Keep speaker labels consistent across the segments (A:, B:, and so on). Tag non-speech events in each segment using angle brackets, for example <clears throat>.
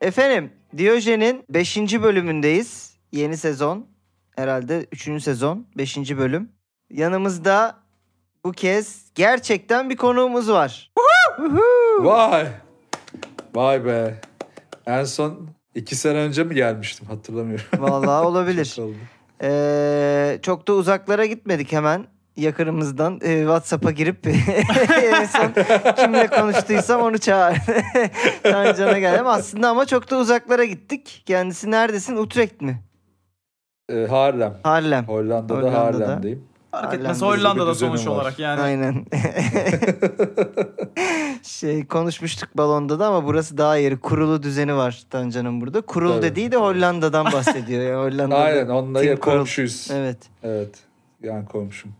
A: Efendim Diyojen'in 5. bölümündeyiz. Yeni sezon. Herhalde 3. sezon. 5. bölüm. Yanımızda bu kez gerçekten bir konuğumuz var.
B: Vay. Vay be. En son iki sene önce mi gelmiştim hatırlamıyorum.
A: Vallahi olabilir.
B: Çok oldu.
A: Ee, çok da uzaklara gitmedik hemen yakınımızdan e, WhatsApp'a girip <laughs> en son kimle konuştuysam onu çağır. <laughs> Tancan'a geldim. Aslında ama çok da uzaklara gittik. Kendisi neredesin? Utrecht mi?
B: Ee, Harlem.
A: Harlem.
B: Hollanda'da,
A: Hollanda'da.
B: Harlem'deyim.
A: Harlem
C: Fark etmez
A: hızlı bir
C: Hollanda'da
B: düzenim
C: sonuç
B: var.
C: olarak
B: <laughs>
C: yani.
A: Aynen. şey konuşmuştuk balonda da ama burası daha yeri. Kurulu düzeni var Tancan'ın burada. Kurul
B: Tabii.
A: dediği de
B: <laughs>
A: Hollanda'dan bahsediyor. ya Hollanda'da.
B: Aynen onunla
A: Tim
B: ya
A: Kurul.
B: komşuyuz. Evet.
A: Evet.
B: Yani komşum.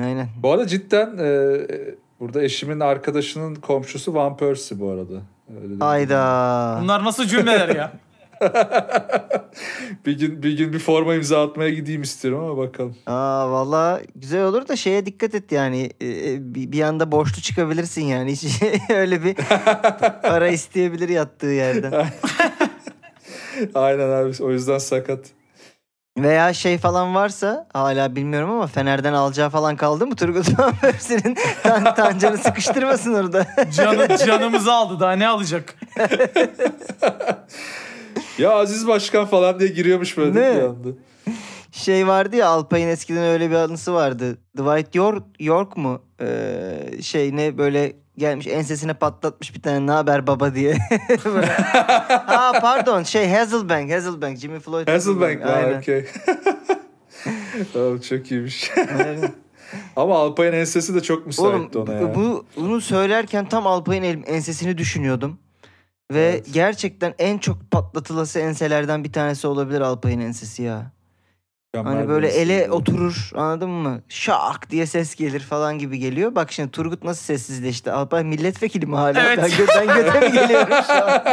A: Aynen.
B: Bu arada cidden e, e, burada eşimin arkadaşının komşusu Van Persie bu arada. Öyle de-
A: Ayda.
C: Bunlar nasıl
A: <laughs>
C: cümleler ya?
B: Bir gün bir gün bir forma imza atmaya gideyim istiyorum ama bakalım. <laughs>
A: Aa valla güzel olur da şeye dikkat et yani e, e, bir, bir anda borçlu çıkabilirsin yani hiç <laughs> öyle
B: <laughs>
A: bir para isteyebilir yattığı yerden.
B: Aynen abi o yüzden sakat.
A: Veya şey falan varsa hala bilmiyorum ama Fener'den alacağı falan kaldı mı Turgut <laughs> Van Persie'nin tan, tancanı sıkıştırmasın orada. <laughs>
C: Canı, canımızı aldı daha ne alacak?
B: Ya Aziz Başkan falan diye giriyormuş böyle
A: Ne?
B: bir anda.
A: şey vardı ya Alpay'ın eskiden öyle bir anısı vardı. Dwight York, York mu? Ee, şey ne böyle gelmiş ensesine patlatmış bir tane ne haber baba diye. <laughs> Böyle. Aa pardon şey Hazelbank, Hazelbank, Jimmy Floyd.
B: Hasselbank var
A: Aynen,
B: okey. <laughs> Oğlum çok iyiymiş. <laughs>
A: aynen.
B: Ama Alpay'ın ensesi de çok
A: Oğlum
B: müsaitti ona ya.
A: bu, bunu söylerken tam Alpay'ın el- ensesini düşünüyordum. Ve
B: Evet.
A: gerçekten en çok patlatılası enselerden bir tanesi olabilir Alpay'ın ensesi ya.
B: Mükemmel
A: Hani böyle
B: bir ensi.
A: ele oturur anladın mı? Şak diye ses gelir falan gibi geliyor. Bak şimdi Turgut nasıl sessizleşti? Alpay milletvekili mi hala?
C: Evet.
A: Ben göten göte mi geliyorum şu an?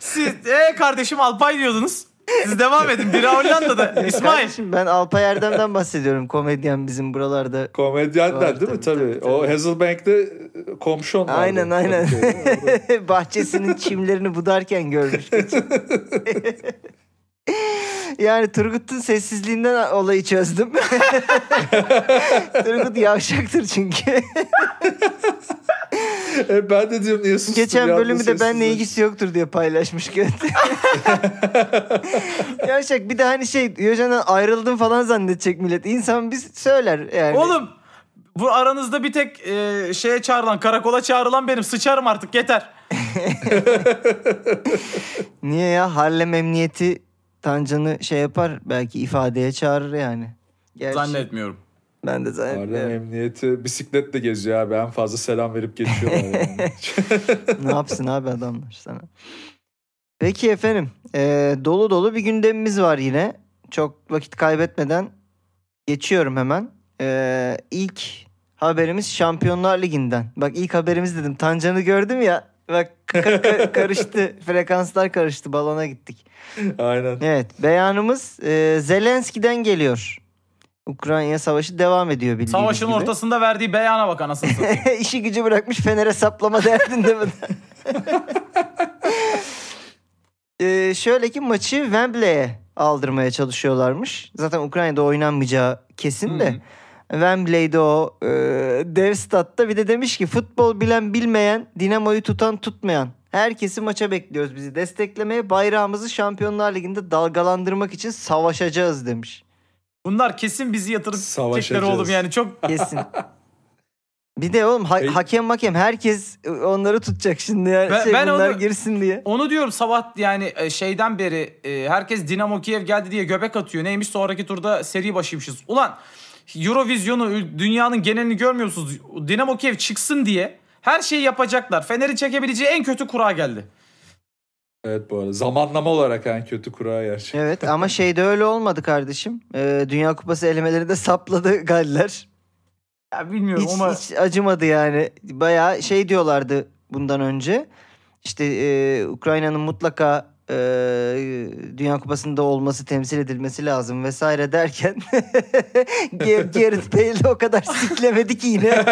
C: Siz e kardeşim Alpay diyordunuz. Siz devam edin.
A: <laughs>
C: Biri Hollanda'da. İsmail.
A: Kardeşim ben Alpay Erdem'den bahsediyorum. Komedyen bizim buralarda.
B: Komedyenden
A: Var,
B: değil mi?
A: tabii,
B: Tabii.
A: tabii,
B: O Hasselbank'te komşu onlardı.
A: Aynen aynen.
B: Tabii
A: <laughs>
B: ki.
A: Bahçesinin çimlerini budarken görmüş. <laughs> yani Turgut'un sessizliğinden olayı çözdüm. <laughs> Turgut yavşaktır çünkü.
B: <laughs> E, ben de diyorum niye sustun?
A: Geçen
B: ya?
A: bölümü de
B: Sessizlik.
A: benle ilgisi yoktur diye paylaşmış <laughs> Göte. Yavşak bir de hani şey Yojan'dan ayrıldım falan zannedecek millet. İnsan biz söyler yani.
C: Oğlum bu aranızda bir tek e, şeye çağrılan, karakola çağrılan benim. Sıçarım artık yeter.
A: Niye ya Harlem Emniyeti Tancan'ı şey yapar belki ifadeye çağırır yani. Gerçi
C: Zannetmiyorum.
A: Ben de
B: Harlem
A: zannetmiyorum.
B: emniyeti bisikletle geziyor abi. En fazla selam verip geçiyorlar.
A: <laughs>
B: Yani.
A: ne yapsın abi adamlar sana. Peki efendim e, dolu dolu bir gündemimiz var yine. Çok vakit kaybetmeden geçiyorum hemen. E, ilk haberimiz Şampiyonlar Ligi'nden. Bak ilk haberimiz dedim. Tancan'ı gördüm ya. Bak ka- <laughs> ka- karıştı. Frekanslar karıştı. Balona gittik.
B: Aynen.
A: Evet beyanımız e, Zelenski'den geliyor. Ukrayna savaşı devam ediyor bildiğiniz
C: Savaşın
A: gibi.
C: ortasında verdiği beyana bak
A: <laughs>
C: anasını satayım.
A: İşi gücü bırakmış Fener'e saplama derdinde mi? Ee, şöyle ki maçı Wembley'e aldırmaya çalışıyorlarmış. Zaten Ukrayna'da oynanmayacağı kesin de.
C: Hı.
A: Wembley'de o e, dev statta bir de demiş ki futbol bilen bilmeyen, dinamoyu tutan tutmayan. Herkesi maça bekliyoruz bizi desteklemeye. Bayrağımızı Şampiyonlar Ligi'nde dalgalandırmak için savaşacağız demiş.
C: Bunlar kesin bizi yatırıp
B: Savaşacağız.
C: çekler oğlum yani. Çok
A: Kesin. <laughs> Bir de oğlum ha-
B: Peki.
A: hakem makem herkes e, onları tutacak şimdi ya.
C: Ben-
A: şey,
C: ben
A: bunlar
C: onu-
A: girsin diye.
C: Onu diyorum sabah yani e, şeyden beri e, herkes Dinamo Kiev geldi diye göbek atıyor. Neymiş sonraki turda seri başıymışız. Ulan Eurovizyonu ül- dünyanın genelini görmüyor musunuz? Dinamo Kiev çıksın diye her şeyi yapacaklar. Fener'i çekebileceği en kötü kura geldi.
B: Evet bu arada. Zamanlama olarak en kötü kura gerçekten.
A: Evet ama şeyde öyle olmadı kardeşim. Ee, Dünya Kupası elemeleri de sapladı Galler.
C: Ya bilmiyorum
A: Hiç,
C: ama
A: hiç acımadı yani. Bayağı şey diyorlardı bundan önce. İşte e, Ukrayna'nın mutlaka e, Dünya Kupası'nda olması, temsil edilmesi lazım vesaire derken <laughs> Ger- <laughs> Gareth Bale'i o kadar siklemedi ki yine.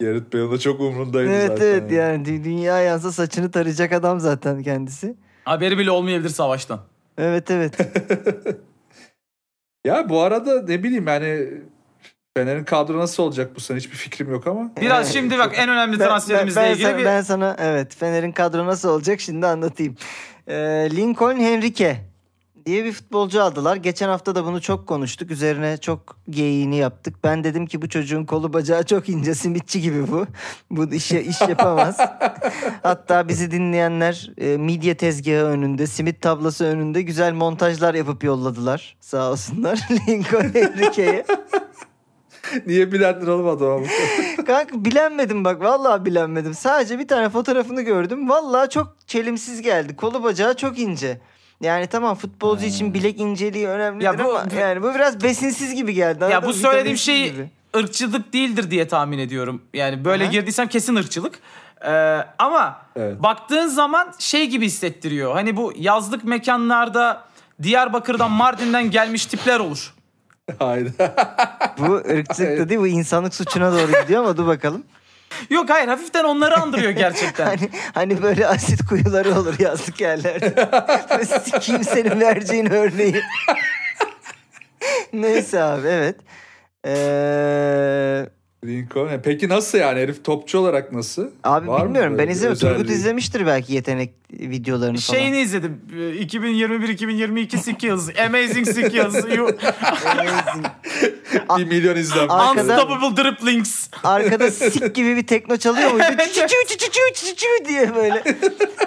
B: Gerrit Bale'ın da çok umrundaydı
A: evet
B: zaten.
A: evet yani dü- dünya yansa saçını tarayacak adam zaten kendisi.
C: Haberi bile olmayabilir savaştan.
A: Evet evet.
B: Ya bu arada ne bileyim yani Fener'in kadro nasıl olacak bu sene hiçbir fikrim yok ama. <laughs>
C: Biraz
A: Evet.
C: şimdi bak en önemli
A: Ben-
C: transferimizle
A: ben, ben
C: ilgili
A: sana,
C: bir
A: ben sana evet Fener'in kadro nasıl olacak şimdi anlatayım. Ee, Lincoln Henrique diye bir futbolcu aldılar. Geçen hafta da bunu çok konuştuk. Üzerine çok geyiğini yaptık. Ben dedim ki bu çocuğun kolu bacağı çok ince simitçi gibi bu. Bu işe iş
C: <laughs>
A: yapamaz. Hatta bizi dinleyenler e, midye tezgahı önünde, simit tablası önünde güzel montajlar yapıp yolladılar. Sağ olsunlar <laughs> Lincoln Henrique'ye.
B: Niye bilen liralı adama bu? <laughs>
A: Kanka bilenmedim bak vallahi bilenmedim. Sadece bir tane fotoğrafını gördüm. Vallahi çok çelimsiz geldi. Kolu bacağı çok ince. Yani tamam futbolcu için bilek inceliği önemlidir
C: Hmm. Ya bu-
A: ama yani bu biraz besinsiz gibi geldi.
C: ya
A: anladın
C: bu
A: mı?
C: söylediğim
A: Vitaminsiz
C: şey
A: gibi.
C: ırkçılık değildir diye tahmin ediyorum. Yani böyle
A: Aha.
C: girdiysem kesin ırkçılık. Ee, ama
B: Evet.
C: baktığın zaman şey gibi hissettiriyor. Hani bu yazlık mekanlarda Diyarbakır'dan Mardin'den gelmiş tipler olur.
B: Hayda.
A: Bu ırkçılık da değil bu insanlık suçuna doğru gidiyor ama dur
C: <laughs>
A: bakalım.
C: Yok hayır hafiften
A: <laughs>
C: onları andırıyor gerçekten.
A: Hani hani böyle asit kuyuları olur yazlık
C: <laughs>
A: yerlerde. Böyle Sikeyim senin vereceğin örneği. Neyse abi evet. Ee,
B: Lincoln. e Peki nasıl yani herif topçu olarak nasıl?
A: Abi
B: Var mı
A: bilmiyorum
B: böyle
A: ben
B: bir
A: izlemedim. Turgut
B: özelliği?
A: izlemiştir belki yetenek videolarını falan.
C: Şeyini izledim. Ee, 2021-2022 Skills. Amazing Skills. You,
A: Amazing.
B: Bir milyon izlenmiş.
A: Arkada-
C: unstoppable Dribblings.
A: Arkada sik gibi bir tekno çalıyor muydu?
C: Evet.
A: Çiçiu çiçiu çiçiu diye böyle.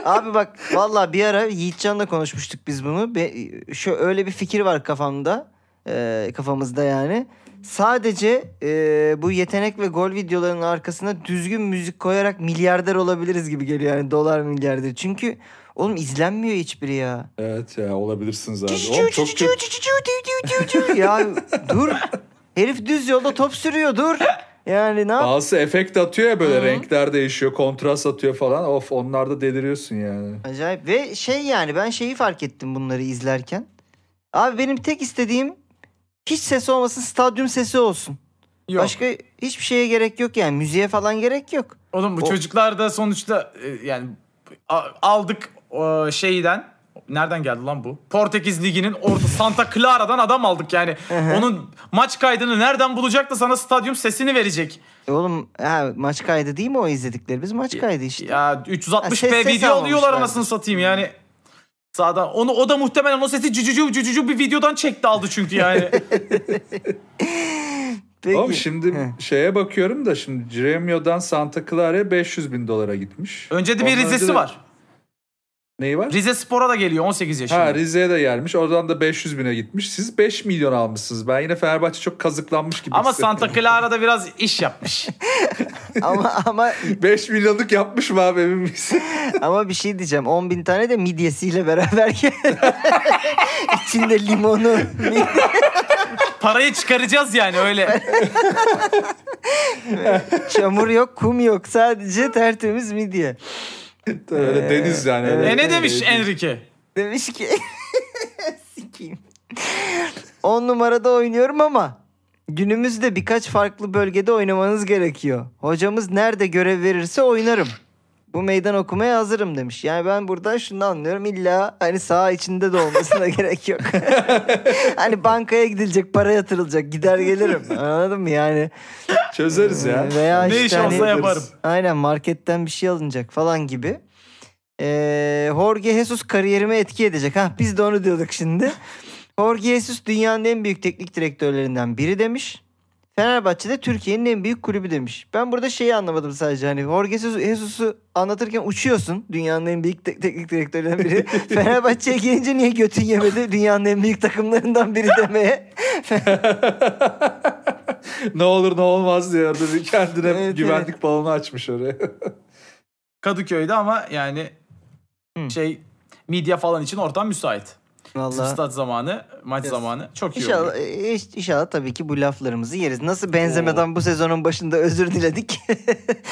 A: Abi bak valla bir ara Yiğitcan'la konuşmuştuk biz bunu. Be, şu öyle bir fikir var kafamda. e, kafamızda yani. Sadece e, bu yetenek ve gol videolarının arkasına düzgün müzik koyarak milyarder olabiliriz gibi geliyor yani dolar milyarder. Çünkü oğlum izlenmiyor hiçbiri ya.
B: Evet ya olabilirsiniz abi. Oğlum, çok kötü.
A: Çok ya dur. Herif düz yolda top sürüyor dur. Yani ne yap?
B: Bazısı efekt atıyor ya böyle renkler değişiyor, kontrast atıyor falan. Of onlarda deliriyorsun yani.
A: Acayip ve şey yani ben şeyi fark ettim bunları izlerken. Abi benim tek istediğim hiç ses olmasın stadyum sesi olsun.
C: Yok.
A: Başka hiçbir şeye gerek yok yani müziğe falan gerek yok.
C: Oğlum bu
A: O-
C: çocuklar da sonuçta e, yani a- aldık e, şeyden nereden geldi lan bu? Portekiz liginin orta Santa Clara'dan adam aldık yani. Onun maç kaydını nereden bulacak da sana stadyum sesini verecek?
A: E Oğlum ha, maç kaydı değil mi o izlediklerimiz maç kaydı işte.
C: Ya
A: Ha,
C: 360p
A: ses- ses
C: video alıyorlar
A: almamışlar.
C: anasını satayım yani. Sağdan onu o da muhtemelen o sesi cücücü cücücü bir videodan çekti aldı
A: <laughs>
C: çünkü yani.
A: Peki.
B: Oğlum şimdi
A: Heh.
B: şeye bakıyorum da şimdi Gremio'dan Santa Clara'ya 500 bin dolara gitmiş.
C: Önce de bir
B: Ondan önce
C: Rize'si
B: de-
C: var.
B: Neyi var?
C: Rize Spor'a da geliyor 18 yaşında.
B: Ha Rize'ye de gelmiş. Oradan da 500 bine gitmiş. Siz 5 milyon almışsınız. Ben yine Fenerbahçe çok kazıklanmış gibi
C: Ama
B: hissediyorum.
C: Santa Clara'da biraz iş yapmış.
A: ama ama
B: 5 milyonluk yapmış mı abi emin misin? <laughs>
A: ama bir şey diyeceğim 10 bin tane de midyesiyle beraber içinde limonu
C: Parayı çıkaracağız
A: <laughs>
C: yani öyle.
A: Çamur yok, kum yok. Sadece tertemiz midye. Ee,
B: Öyle deniz yani. öyle-
C: E ne demiş Enrique?
A: Demiş ki... <laughs> Sikeyim. 10 numarada oynuyorum ama günümüzde birkaç farklı bölgede oynamanız gerekiyor. Hocamız nerede görev verirse oynarım. Bu meydan okumaya hazırım demiş. Yani ben buradan şunu anlıyorum illa hani saha içinde de olmasına <laughs> gerek yok. hani bankaya gidilecek, para yatırılacak, gider gelirim. Anladın mı yani?
B: Çözeriz ya.
A: Veya
C: Ne
A: işte
C: iş
A: hani-
C: olsa yaparım.
A: Aynen marketten bir şey alınacak falan gibi. Ee, Jorge Jesus kariyerime etki edecek. Ha biz de onu diyorduk şimdi. Jorge Jesus dünyanın en büyük teknik direktörlerinden biri demiş. Fenerbahçe'de Türkiye'nin en büyük kulübü demiş. Ben burada şeyi anlamadım sadece hani Jorge Jesus- Jesus'u anlatırken uçuyorsun. Dünyanın en büyük te- teknik direktörlerinden biri. Fenerbahçe'ye gelince niye götün yemedi? Dünyanın en büyük takımlarından biri demeye.
B: ne olur ne olmaz diye orada bir kendine
A: Evet,
B: güvenlik balonu
A: <laughs>
B: açmış oraya.
C: Kadıköy'de ama yani
A: Hmm.
C: şey midye falan için ortam müsait. Bizim
A: Vallahi.
C: Stat zamanı, maç
A: Yes.
C: zamanı çok iyi
A: İnşallah,
C: oluyor.
A: e, iş- inşallah tabii ki bu laflarımızı yeriz. Nasıl benzemeden bu sezonun başında özür diledik.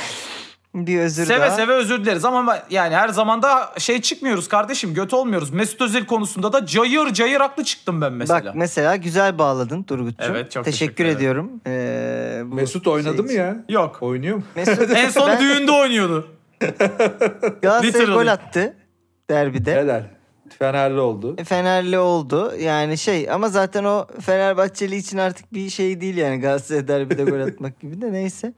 A: <laughs> Bir özür
C: Seve
A: daha.
C: seve özür dileriz ama ben- yani her zaman da şey çıkmıyoruz kardeşim. Göt olmuyoruz. Mesut Özil konusunda da cayır cayır haklı çıktım ben mesela.
A: Bak mesela güzel bağladın Turgut'cum.
C: Evet, çok
A: teşekkür,
C: teşekkür ederim.
A: ediyorum. Ee, bu
B: Mesut
A: şey
B: oynadı mı
A: için.
B: ya?
C: Yok.
B: Oynuyor mu?
A: Mesut
C: En
A: <laughs>
C: son
A: ben-
C: düğünde oynuyordu.
A: Galatasaray
C: Literally.
A: gol attı derbide.
B: Helal. Fenerli oldu.
A: E, Fenerli oldu. Yani şey ama zaten o Fenerbahçeli için artık bir şey değil yani Galatasaray derbide gol atmak gibi de neyse.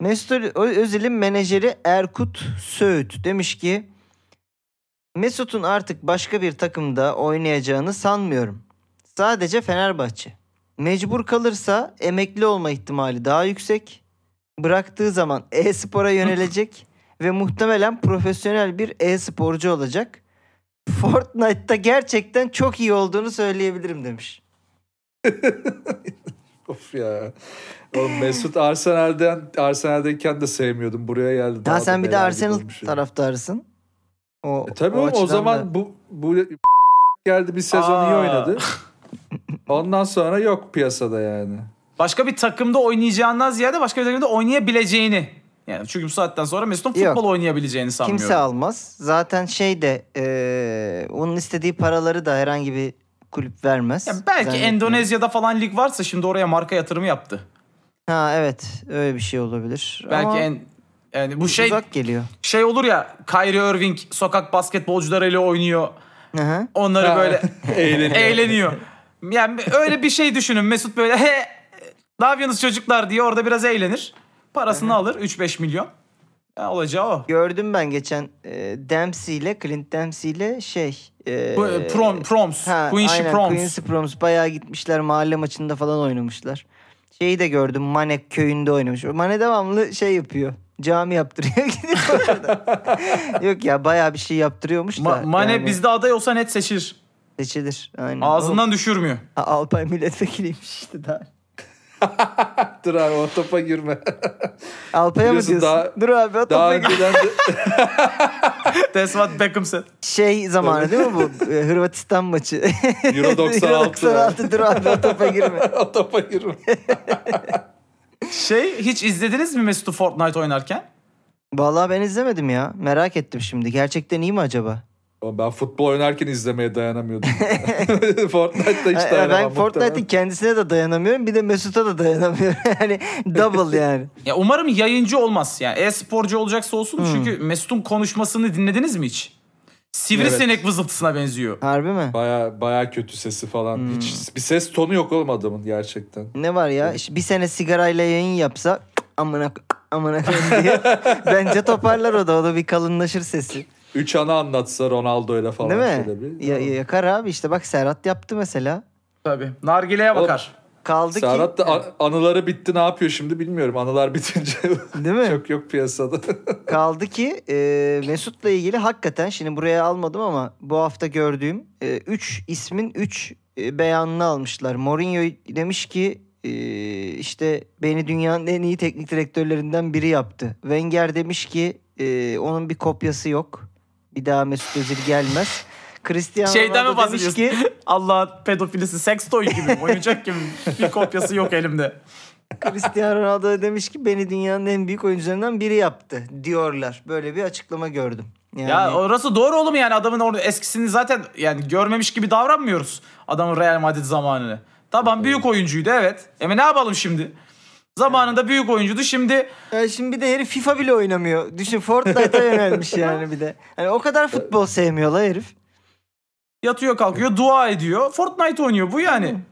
A: Mesut Ö- Özil'in menajeri Erkut Söğüt demiş ki Mesut'un artık başka bir takımda oynayacağını sanmıyorum. Sadece Fenerbahçe. Mecbur kalırsa emekli olma ihtimali daha yüksek. Bıraktığı zaman e-spora yönelecek ve muhtemelen profesyonel bir e-sporcu olacak. Fortnite'ta gerçekten çok iyi olduğunu söyleyebilirim demiş.
B: Of ya. Oğlum Mesut Arsenal'den Arsenal'deyken de sevmiyordum. Buraya geldi.
A: Ya
B: daha
A: sen
B: da
A: bir de
B: belalı
A: Arsenal
B: olmuş ya.
A: taraftarısın. O,
B: E tabii oğlum o
A: açıdan
B: zaman
A: da-
B: bu bu <laughs> geldi bir sezon iyi
A: <laughs>
C: Aa.
B: oynadı. Ondan sonra yok piyasada yani.
C: Başka bir takımda oynayacağından ziyade başka bir takımda oynayabileceğini. Yani çünkü bu saatten sonra Mesut'un futbol
A: Yok.
C: oynayabileceğini sanmıyorum.
A: kimse almaz. Zaten şey de eee, onun istediği paraları da herhangi bir kulüp vermez.
C: Ya belki
A: Zannetmiyorum.
C: Endonezya'da falan lig varsa şimdi oraya marka yatırımı yaptı.
A: Ha evet öyle bir şey olabilir.
C: Belki
A: Ama
C: en yani bu şey
A: uzak geliyor.
C: şey olur ya Kyrie Irving sokak basketbolcularıyla oynuyor.
A: Hı hı.
C: Onları
A: <laughs>
B: Ha,
C: böyle
B: eğleniyor.
C: eğleniyor. Yani öyle bir şey düşünün. Mesut böyle he ne yapıyorsunuz çocuklar diye orada biraz eğlenir. Parasını alır 3-5 milyon. Ya, olacağı o.
A: Gördüm ben geçen eee Dempsey ile Clint Dempsey ile şey. eee,
C: Bu, e, prom, proms.
A: Ha,
C: Quincy
A: aynen,
C: Proms.
A: Quincy Proms. Bayağı gitmişler mahalle maçında falan oynamışlar. Şeyi de gördüm Mane köyünde oynamış. Mane devamlı şey yapıyor. Cami yaptırıyor <laughs> gidip orada. Yok ya bayağı bir şey yaptırıyormuş da.
C: Ma- Mane
A: yani
C: bizde aday olsa net seçilir.
A: Seçilir. Aynen.
C: Ağzından düşürmüyor. <laughs>
A: O- A- Alpay milletvekiliymiş işte daha.
B: Dur abi o
A: <laughs>
B: topa girme.
A: Alpay'a mı
B: Biliyorsun
A: diyorsun?
B: daha-
A: Dur abi o topa
B: Daha
A: gir. <laughs>
B: önceden de
C: That's what Beckham said.
A: Şey zamanı değil mi bu? Ee, Hırvatistan maçı.
B: <laughs> Euro 96.
A: 96 dur abi o topa girme.
B: <laughs> o topa girme.
C: Şey hiç izlediniz mi Mesut'u Fortnite oynarken?
A: Vallahi ben izlemedim ya. Merak ettim şimdi. Gerçekten iyi mi acaba?
B: Oğlum ben futbol oynarken
A: <laughs>
B: izlemeye dayanamıyordum. <laughs> Fortnite'da hiç
A: Ya e, ben
B: dayanamam.
A: Fortnite'ın kendisine de dayanamıyorum. Bir de Mesut'a da dayanamıyorum. <laughs> yani double yani.
C: Ya umarım yayıncı olmaz. Yani e-sporcu olacaksa olsun. Çünkü Mesut'un konuşmasını dinlediniz mi hiç? Sivrisinek vızıltısına benziyor.
A: Harbi mi?
B: Baya baya kötü sesi falan.
A: Hmm.
B: Hiç bir ses tonu yok oğlum adamın gerçekten.
A: Ne var ya? İşte bir sene sigarayla yayın yapsa amına k- amına k- diye. <laughs> Bence toparlar o da. O da bir kalınlaşır sesi.
B: Üç ana anlatsa Ronaldo ile falan
A: Değil
B: şöyle
A: mi?
B: bir.
A: Ya, yakar abi işte. Bak Serhat yaptı mesela.
C: Tabii. Nargileye
B: Oğlum,
C: bakar.
A: Kaldı
B: Serhat
A: ki
B: da an- anıları bitti ne yapıyor şimdi bilmiyorum. Anılar bitince
A: Değil
B: <laughs>
A: mi?
B: çok yok piyasada.
A: kaldı ki e, Mesut'la ilgili hakikaten şimdi buraya almadım ama bu hafta gördüğüm 3 ismin 3 beyanını almışlar. Mourinho demiş ki e, işte beni dünyanın en iyi teknik direktörlerinden biri yaptı. Wenger demiş ki e, onun bir kopyası yok. Bir daha Mesut Özil gelmez. Cristiano
C: Şeyden mi
A: Ronaldo demiş
C: bahsediyorsun?
A: ki
C: Allah pedofilisi sextoy gibi oyuncak gibi bir kopyası yok elimde.
A: Cristiano Ronaldo demiş ki beni dünyanın en büyük oyuncularından biri yaptı diyorlar. Böyle bir açıklama gördüm. Yani,
C: Ya orası doğru oğlum yani adamın orada eskisini zaten yani görmemiş gibi davranmıyoruz adamın Real Madrid zamanını. Tamam büyük oyuncuydu evet. Ama ne yapalım şimdi? Zamanında büyük oyuncuydu şimdi
A: Ya Ee, şimdi bir de herif FIFA bile oynamıyor. Düşün Fortnite'a yönelmiş yani bir de. Hani o kadar futbol sevmiyor la herif.
C: yatıyor kalkıyor dua ediyor. Fortnite oynuyor bu yani.
B: <laughs>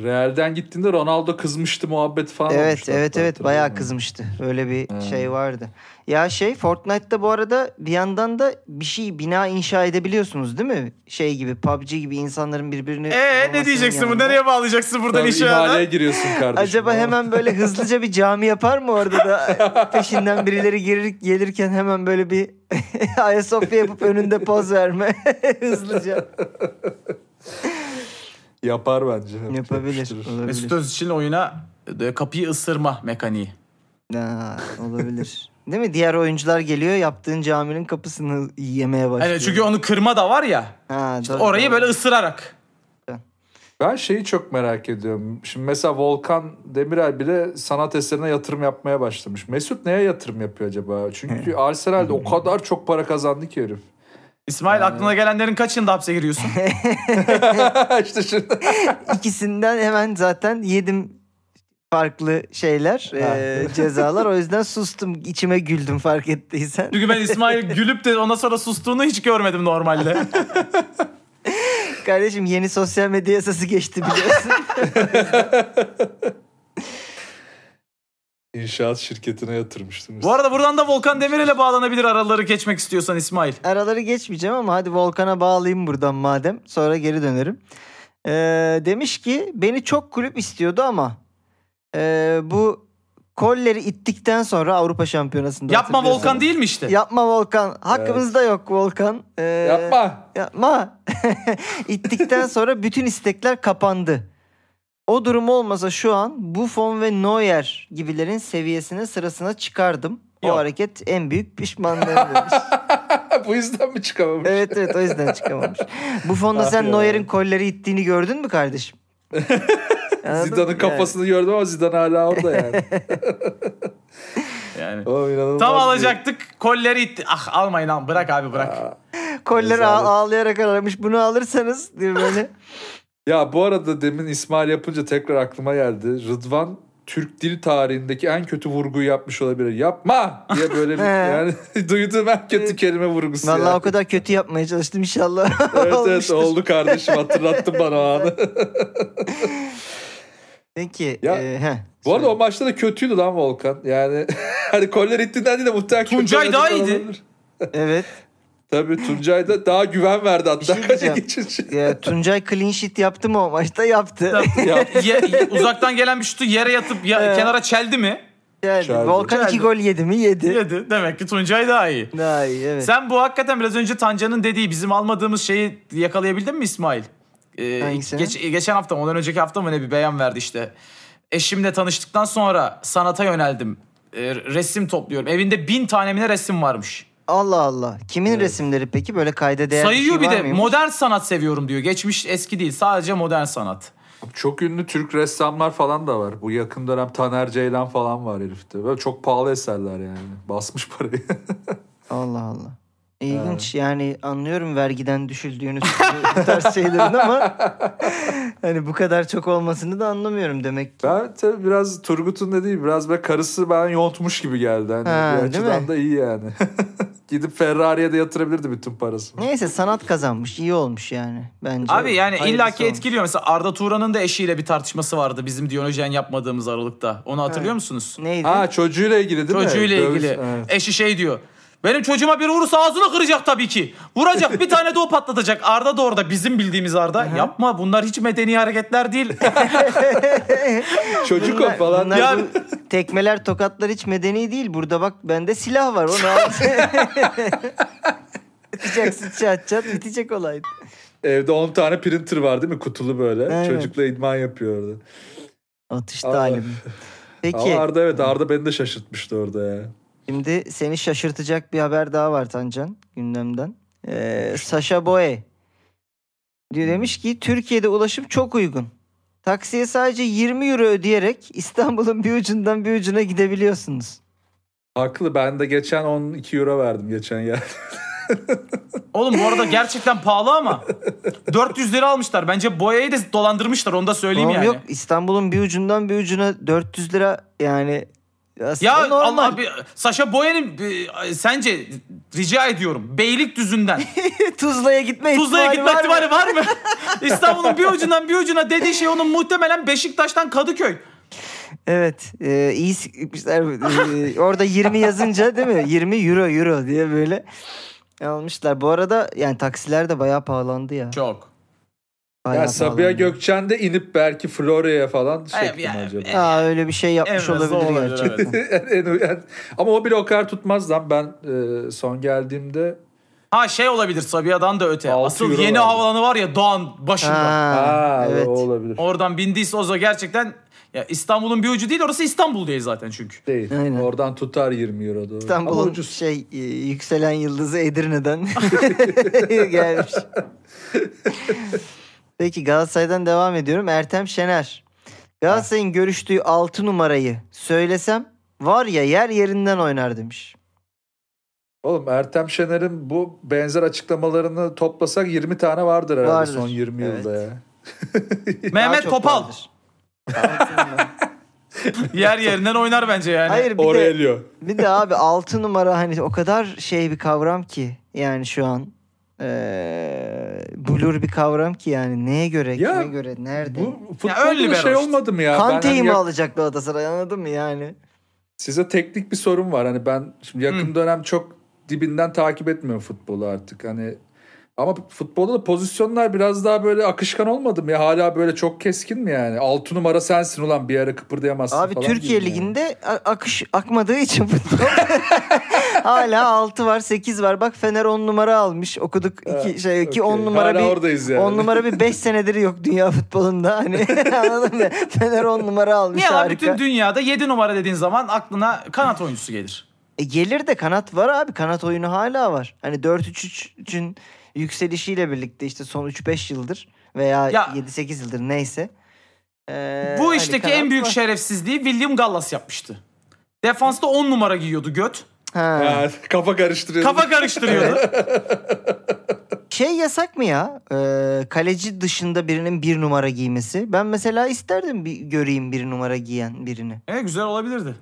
B: Real'den gittiğinde Ronaldo kızmıştı muhabbet falan
A: Evet
B: olmuştu
A: evet
B: hatta,
A: evet
B: hatırlıyorum
A: bayağı
B: ben.
A: kızmıştı. Öyle bir
B: Hmm.
A: şey vardı. Ya şey Fortnite'ta bu arada bir yandan da bir şey bina inşa edebiliyorsunuz değil mi? Şey gibi PUBG gibi insanların birbirini...
C: Eee Ee, ne
A: vurmasının
C: diyeceksin bu
A: yanında.
C: nereye bağlayacaksın buradan
B: Tabii ihaleye
C: inşaatı?
B: giriyorsun kardeşim.
A: Acaba
B: Ama
A: hemen böyle hızlıca bir cami yapar mı orada <laughs> da peşinden birileri gelir, gelirken hemen böyle bir <laughs> Ayasofya yapıp önünde poz verme <laughs> hızlıca
B: Yapar bence.
A: yapabilir.
B: Yapıştırır.
A: Olabilir.
C: Mesut Özil'in oyuna e, kapıyı ısırma mekaniği.
A: Ha, olabilir. Değil mi? Diğer oyuncular geliyor yaptığın caminin kapısını
C: Hani
A: yemeye başlıyor.
C: Yani çünkü onu kırma da var ya.
A: Ha, doğru,
C: Orayı
A: doğru.
C: böyle ısırarak.
B: Ben şeyi çok merak ediyorum. Şimdi mesela Volkan Demirel bile sanat eserine yatırım yapmaya başlamış. Mesut neye yatırım yapıyor acaba?
A: <laughs>
B: Çünkü Arsenal'de o kadar çok para kazandı ki herif.
C: İsmail aklına gelenlerin kaçında hapse giriyorsun?
B: <laughs> işte şimdi.
A: İkisinden hemen zaten yedim farklı şeyler, e, cezalar. O yüzden sustum, içime güldüm fark ettiysen.
C: Çünkü ben İsmail gülüp de ondan sonra sustuğunu hiç görmedim normalde.
A: Kardeşim yeni sosyal medya yasası geçti biliyorsun.
B: İnşaat şirketine yatırmıştım.
C: Bu arada buradan da Volkan Demirel'e bağlanabilir araları geçmek istiyorsan İsmail.
A: Araları geçmeyeceğim ama hadi Volkan'a bağlayayım buradan madem. Sonra geri dönerim. Ee, demiş ki beni çok kulüp istiyordu ama e, bu kolleri ittikten sonra Avrupa Şampiyonası'nda
C: Yapma
A: hatırlıyorsun.
C: Volkan değil mi işte?
A: Yapma Volkan. Hakkımızda yok Volkan. Ee,
B: Yapma.
A: Yapma. <laughs> İttikten sonra bütün istekler kapandı. O durum olmasa şu an Buffon ve Neuer gibilerin seviyesine sırasına çıkardım. O
C: Yok.
A: hareket en büyük pişmanlığım
C: <laughs>
A: demiş.
B: Bu yüzden mi çıkamamış?
A: evet evet o yüzden çıkamamış. Buffon'da
B: Ah
A: sen
B: ya.
A: Neuer'in kolleri ittiğini gördün mü
B: <laughs>
A: kardeşim? Anladın mı?
B: Zidane'ın
A: Yani.
B: kafasını gördüm ama Zidane hala orada
A: <laughs>
B: yani.
C: Yani.
B: Oğlum inanılmaz.
C: Tam
B: bir-
C: alacaktık. Kolleri itti. Ah almayın al. Bırak abi bırak. <laughs>
A: Kolleri ağ-
B: Rezalet.
A: ağlayarak aramış. Bunu alırsanız diyor
B: <laughs>
A: böyle.
B: Ya bu arada demin İsmail yapınca tekrar aklıma geldi. Rıdvan Türk dil tarihindeki en kötü vurguyu yapmış olabilir. Yapma diye
A: <laughs>
B: böyle bir- yani <laughs> duyduğum en kötü kelime vurgusu.
A: Ee, Vallahi
B: yani.
A: o kadar kötü yapmaya çalıştım inşallah.
B: Evet
A: <laughs>
B: evet
A: olmuştur.
B: oldu kardeşim hatırlattın bana
A: <laughs>
B: o anı.
A: Peki.
B: Ya,
A: e, heh,
B: Bu arada
A: söyle.
B: o maçta da kötüydü lan Volkan. Yani <laughs> hani koller ittiğinden değil de muhtemelen kötü
C: Tuncay
B: oynadı
C: daha
B: falan
C: iyiydi.
B: olabilir.
A: Evet.
B: Tabii Tuncay da daha güven verdi
A: Bir
B: hatta.
A: şey diyeceğim.
B: Geçince. <laughs>
A: Ya, Tuncay clean sheet yaptı mı o maçta? Yaptı.
B: Ya
C: Ye- ye- uzaktan gelen bir şutu yere yatıp ya-
A: Evet.
C: kenara çeldi mi?
A: <laughs> Yani
B: Çeldi.
A: Volkan iki
C: Çeldi.
A: gol yedi mi? Yedi.
C: Yedi. Demek ki Tuncay daha iyi.
A: Daha iyi evet.
C: Sen bu hakikaten biraz önce Tancan'ın dediği bizim almadığımız şeyi yakalayabildin mi İsmail? Ee,
A: Hangisini?
C: geç- geçen hafta mı, ondan önceki hafta mı ne bir beyan verdi işte. Eşimle tanıştıktan sonra sanata yöneldim. Ee, resim topluyorum. Evinde bin tanemine resim varmış.
A: Allah Allah. Kimin resimleri peki? Böyle kayda değer
C: Sayıyor
A: bir,
C: bir
A: şey
C: de
A: var mıymış?
C: modern sanat seviyorum diyor. Geçmiş eski değil sadece modern sanat.
B: Çok ünlü Türk ressamlar falan da var. Bu yakın dönem Taner Ceylan falan var herifte. Böyle çok pahalı eserler yani. Basmış parayı.
A: Allah Allah. İlginç yani anlıyorum vergiden düşüldüğünü <laughs> bu tarz şeylerin
B: <laughs>
A: ama hani bu kadar çok olmasını da anlamıyorum demek ki.
B: ben tabii biraz Turgut'un dediği biraz böyle karısı ben yontmuş gibi geldi. Hani
A: Ha,
B: bir
A: değil
B: açıdan
A: mi?
B: da iyi yani. <laughs> Gidip Ferrari'ye de yatırabilirdi bütün parasını.
A: Neyse sanat kazanmış iyi olmuş yani bence.
C: Abi yani
A: Hayırlısı
C: illaki
A: olmuş.
C: etkiliyor. Mesela Arda Turan'ın da eşiyle bir tartışması vardı bizim Diyojen yapmadığımız aralıkta. Onu hatırlıyor
A: Evet.
C: musunuz?
A: Neydi?
B: Ha çocuğuyla ilgili değil mi?
C: Çocuğuyla
B: Dövüş-
C: ilgili.
B: Evet.
C: Eşi şey diyor. Benim çocuğuma biri vurursa ağzını kıracak tabii ki. Vuracak bir tane de o patlatacak. Arda da orada bizim bildiğimiz Arda. Yapma bunlar hiç medeni hareketler değil. <laughs>
B: Çocuk o falan.
A: bunlar
C: Ya-
A: bu tekmeler tokatlar hiç medeni değil. Burada bak bende silah var. Onu
C: <laughs>
A: al. Atacaksın çat çat bitecek olay.
B: Evde 10 tane printer var değil mi? Kutulu böyle.
A: Evet.
B: Çocukla idman yapıyor orada.
A: Atış
B: Aa.
A: talim. Peki
B: Ama Arda evet Arda beni de şaşırtmıştı orada ya.
A: şimdi seni şaşırtacak bir haber daha var Tancan gündemden. Ee, Sasha Boye diyor demiş ki Türkiye'de ulaşım çok uygun. Taksiye sadece 20 euro ödeyerek İstanbul'un bir ucundan bir ucuna gidebiliyorsunuz.
B: Haklı ben de geçen 12 euro verdim geçen yer.
C: Oğlum bu arada gerçekten pahalı ama. 400 lira almışlar. Bence boyayı da dolandırmışlar onu da söyleyeyim
A: Tamam,
C: yani.
A: Yok İstanbul'un bir ucundan bir ucuna 400 lira yani aslında
C: Ya
A: normal.
C: Allah bir Saşa Boya'nın e, sence rica
A: <laughs>
C: ediyorum Beylikdüzü'nden
A: Tuzla'ya gitme
C: Tuzla'ya
A: ihtimali
C: gitme
A: var mı?
C: ihtimali var mı? İstanbul'un bir ucundan bir ucuna dediği şey onun muhtemelen Beşiktaş'tan Kadıköy.
A: Evet. E, iyi sikmişler. E, orada 20 yazınca değil mi? 20 euro euro diye böyle almışlar. Bu arada yani taksiler de bayağı pahalandı ya.
C: Çok.
A: Bayağı
B: Ya Sabiha
A: pahalandı.
B: Gökçen de inip belki Florya'ya falan
C: Hayır,
B: çektim
C: ya-
B: acaba.
C: e-
A: Aa, öyle bir şey yapmış
C: Evet, o
A: olabilir,
C: olabilir,
A: gerçekten.
B: En uyan- Ama o bile o kadar tutmaz lan. Ben e, son geldiğimde
C: Ha şey olabilir Sabiha'dan da öte.
B: Altı
C: Asıl
B: euro
C: yeni
B: verdi.
C: havalanı var ya Doğan başında.
A: Ha,
B: Aa,
A: evet.
B: o olabilir.
C: Oradan bindiyse Ozo gerçekten ya İstanbul'un bir ucu değil orası İstanbul değil zaten çünkü.
B: Değil.
A: Aynen.
B: Oradan tutar 20 euro doğru. Ama
A: İstanbul'un
B: ucuz.
A: şey e, <laughs>
B: <laughs>
A: yükselen yıldızı Edirne'den gelmiş. Peki Galatasaray'dan devam ediyorum. Ertem Şener. Galatasaray'ın görüştüğü 6 numarayı söylesem var ya yer yerinden oynar demiş.
B: Oğlum Ertem Şener'in bu benzer açıklamalarını toplasak 20 tane vardır herhalde
A: Vardır.
B: son 20
A: Evet.
B: yılda ya.
A: Daha
C: Mehmet
A: çok
C: Topal
A: vardır. Altı
B: <laughs>
A: numara.
C: <laughs> yer yerinden oynar bence yani.
A: Hayır bir de,
B: Aurelio.
A: bir de abi 6 numara hani o kadar şey bir kavram ki yani şu an eee blur bir kavram ki yani neye göre
B: Ya,
A: kime göre nerede?
B: Bu
C: Ya
B: futbolda
C: ön
B: da şey
C: libero işte.
B: olmadı mı ya? Ben
A: Kante'yi
B: hani
A: mi
B: yak-
A: alacak Galatasaray anladın mı yani?
B: Size teknik bir sorum var. Hani ben şimdi yakın dönem çok dibinden takip etmiyorum futbolu artık. Hani ama futbolda da pozisyonlar biraz daha böyle akışkan olmadı mı ya? Hala böyle çok keskin mi yani? Altı numara sensin ulan bir yere kıpırdayamazsın
A: Abi
B: falan
A: Türkiye
B: gibi mi yani?
A: liginde a- akış akmadığı için futbol <laughs> hala 6 var 8 var. Bak Fener 10 numara almış. Okuduk iki
B: Ha,
A: şey iki
B: okey.
A: 10 numara
B: Hala
A: bir
B: oradayız yani.
A: 10 numara bir 5 senedir yok dünya futbolunda. Hani <laughs> anladın mı? Fener 10 numara almış
C: Niye lan
A: harika.
C: bütün dünyada 7 numara dediğin zaman aklına kanat oyuncusu gelir.
A: E gelir de kanat var abi. Kanat oyunu hala var. Hani 4-3-3'ün yükselişiyle birlikte işte son 3-5 yıldır veya
C: Ya-
A: 7-8 yıldır neyse. Ee,
C: Bu
A: hani
C: işteki
A: kanat
C: en büyük şey-
A: var.
C: şerefsizliği William Gallas yapmıştı. Defansta 10 numara giyiyordu göt.
A: Ha.
B: Ha, <laughs> kafa karıştırıyor.
C: Kafa
A: <laughs>
C: karıştırıyordu.
A: Şey yasak mı ya? Ee, kaleci dışında birinin bir numara giymesi. Ben mesela isterdim bir göreyim bir numara giyen birini.
C: evet, E, güzel olabilirdi.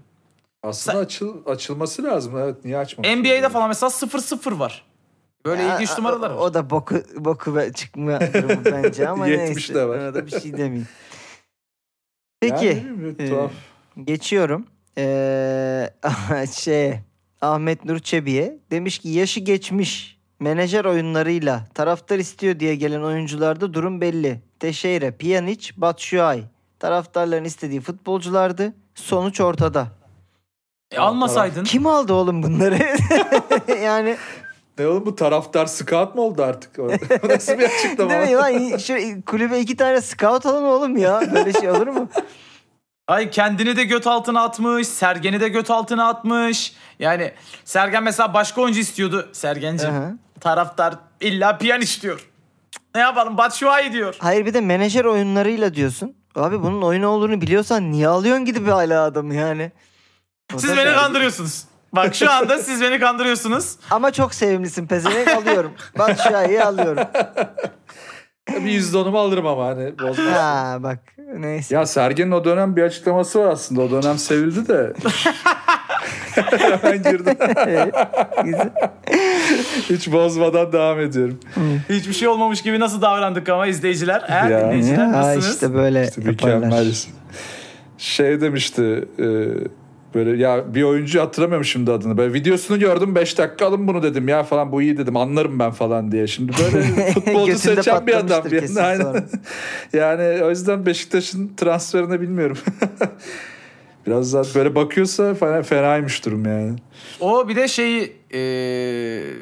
B: Aslında açıl, açılması lazım. Evet niye açmamış?
C: NBA'de falan mesela 0-0 var. Böyle
A: Ya,
C: ilginç
A: o-
C: numaralar var.
A: O, da boku, boku ve-
C: <laughs>
A: çıkma durumu bence ama
B: 70
A: neyse.
B: de var.
A: Ona da bir şey demeyeyim.
B: Yani
A: Peki.
B: bilmiyorum,
A: Ee,
B: tuhaf.
A: Geçiyorum. Ee, <laughs> şey Ahmet Nur Çebi'ye demiş ki yaşı geçmiş menajer oyunlarıyla taraftar istiyor diye gelen oyuncularda durum belli. Teşeire, Pjanic, Batshuayi taraftarların istediği futbolculardı. Sonuç ortada.
C: E, almasaydın.
A: Kim aldı oğlum bunları? <laughs> yani
B: Ne oğlum bu taraftar scout mı oldu artık? O <laughs>
A: <laughs>
B: Nasıl bir açıklama?
A: değil mi lan? Şu kulübe iki tane scout alın oğlum ya. Böyle şey olur mu?
C: Ay kendini de göt altına atmış, Sergen'i de göt altına atmış. Yani Sergen mesela başka oyuncu istiyordu. Sergenci
A: Aha.
C: taraftar illa piyan istiyor. Ne yapalım Batshuayi diyor.
A: Hayır bir de menajer oyunlarıyla diyorsun. Abi bunun oyunu olduğunu biliyorsan niye alıyorsun gidip hala adamı yani? O
C: Siz
A: da
C: beni
A: yani.
C: kandırıyorsunuz. Bak
A: <laughs>
C: şu anda siz beni kandırıyorsunuz.
A: Ama çok sevimlisin pezevenk alıyorum. Bak Şahi'yi alıyorum.
B: bir %10'umu alırım ama hani bozmaz.
A: Ha bak neyse.
B: Ya Sergen'in o dönem bir açıklaması var aslında. O dönem sevildi de. Hemen girdim.
A: Güzel.
B: Hiç bozmadan devam ediyorum.
C: Hiçbir şey olmamış gibi nasıl davrandık ama izleyiciler. Eğer
B: Ya.
C: dinleyiciler
A: ha,
C: nasılsınız?
A: işte böyle
B: İşte
A: yaparlar.
B: mükemmel. Şey demişti e, böyle ya bir oyuncu hatırlamıyorum şimdi adını. Böyle videosunu gördüm 5 dakika alın bunu dedim ya falan bu iyi dedim anlarım ben falan diye. Şimdi
A: <laughs>
B: böyle futbolcu
A: Götünde
B: seçen bir adam.
A: patlamıştır
B: Bir
A: kesin
B: Aynen.
A: sonra.
B: yani o yüzden Beşiktaş'ın transferini bilmiyorum. <laughs> Biraz daha böyle bakıyorsa fena, fenaymış durum yani.
C: O bir de şeyi e,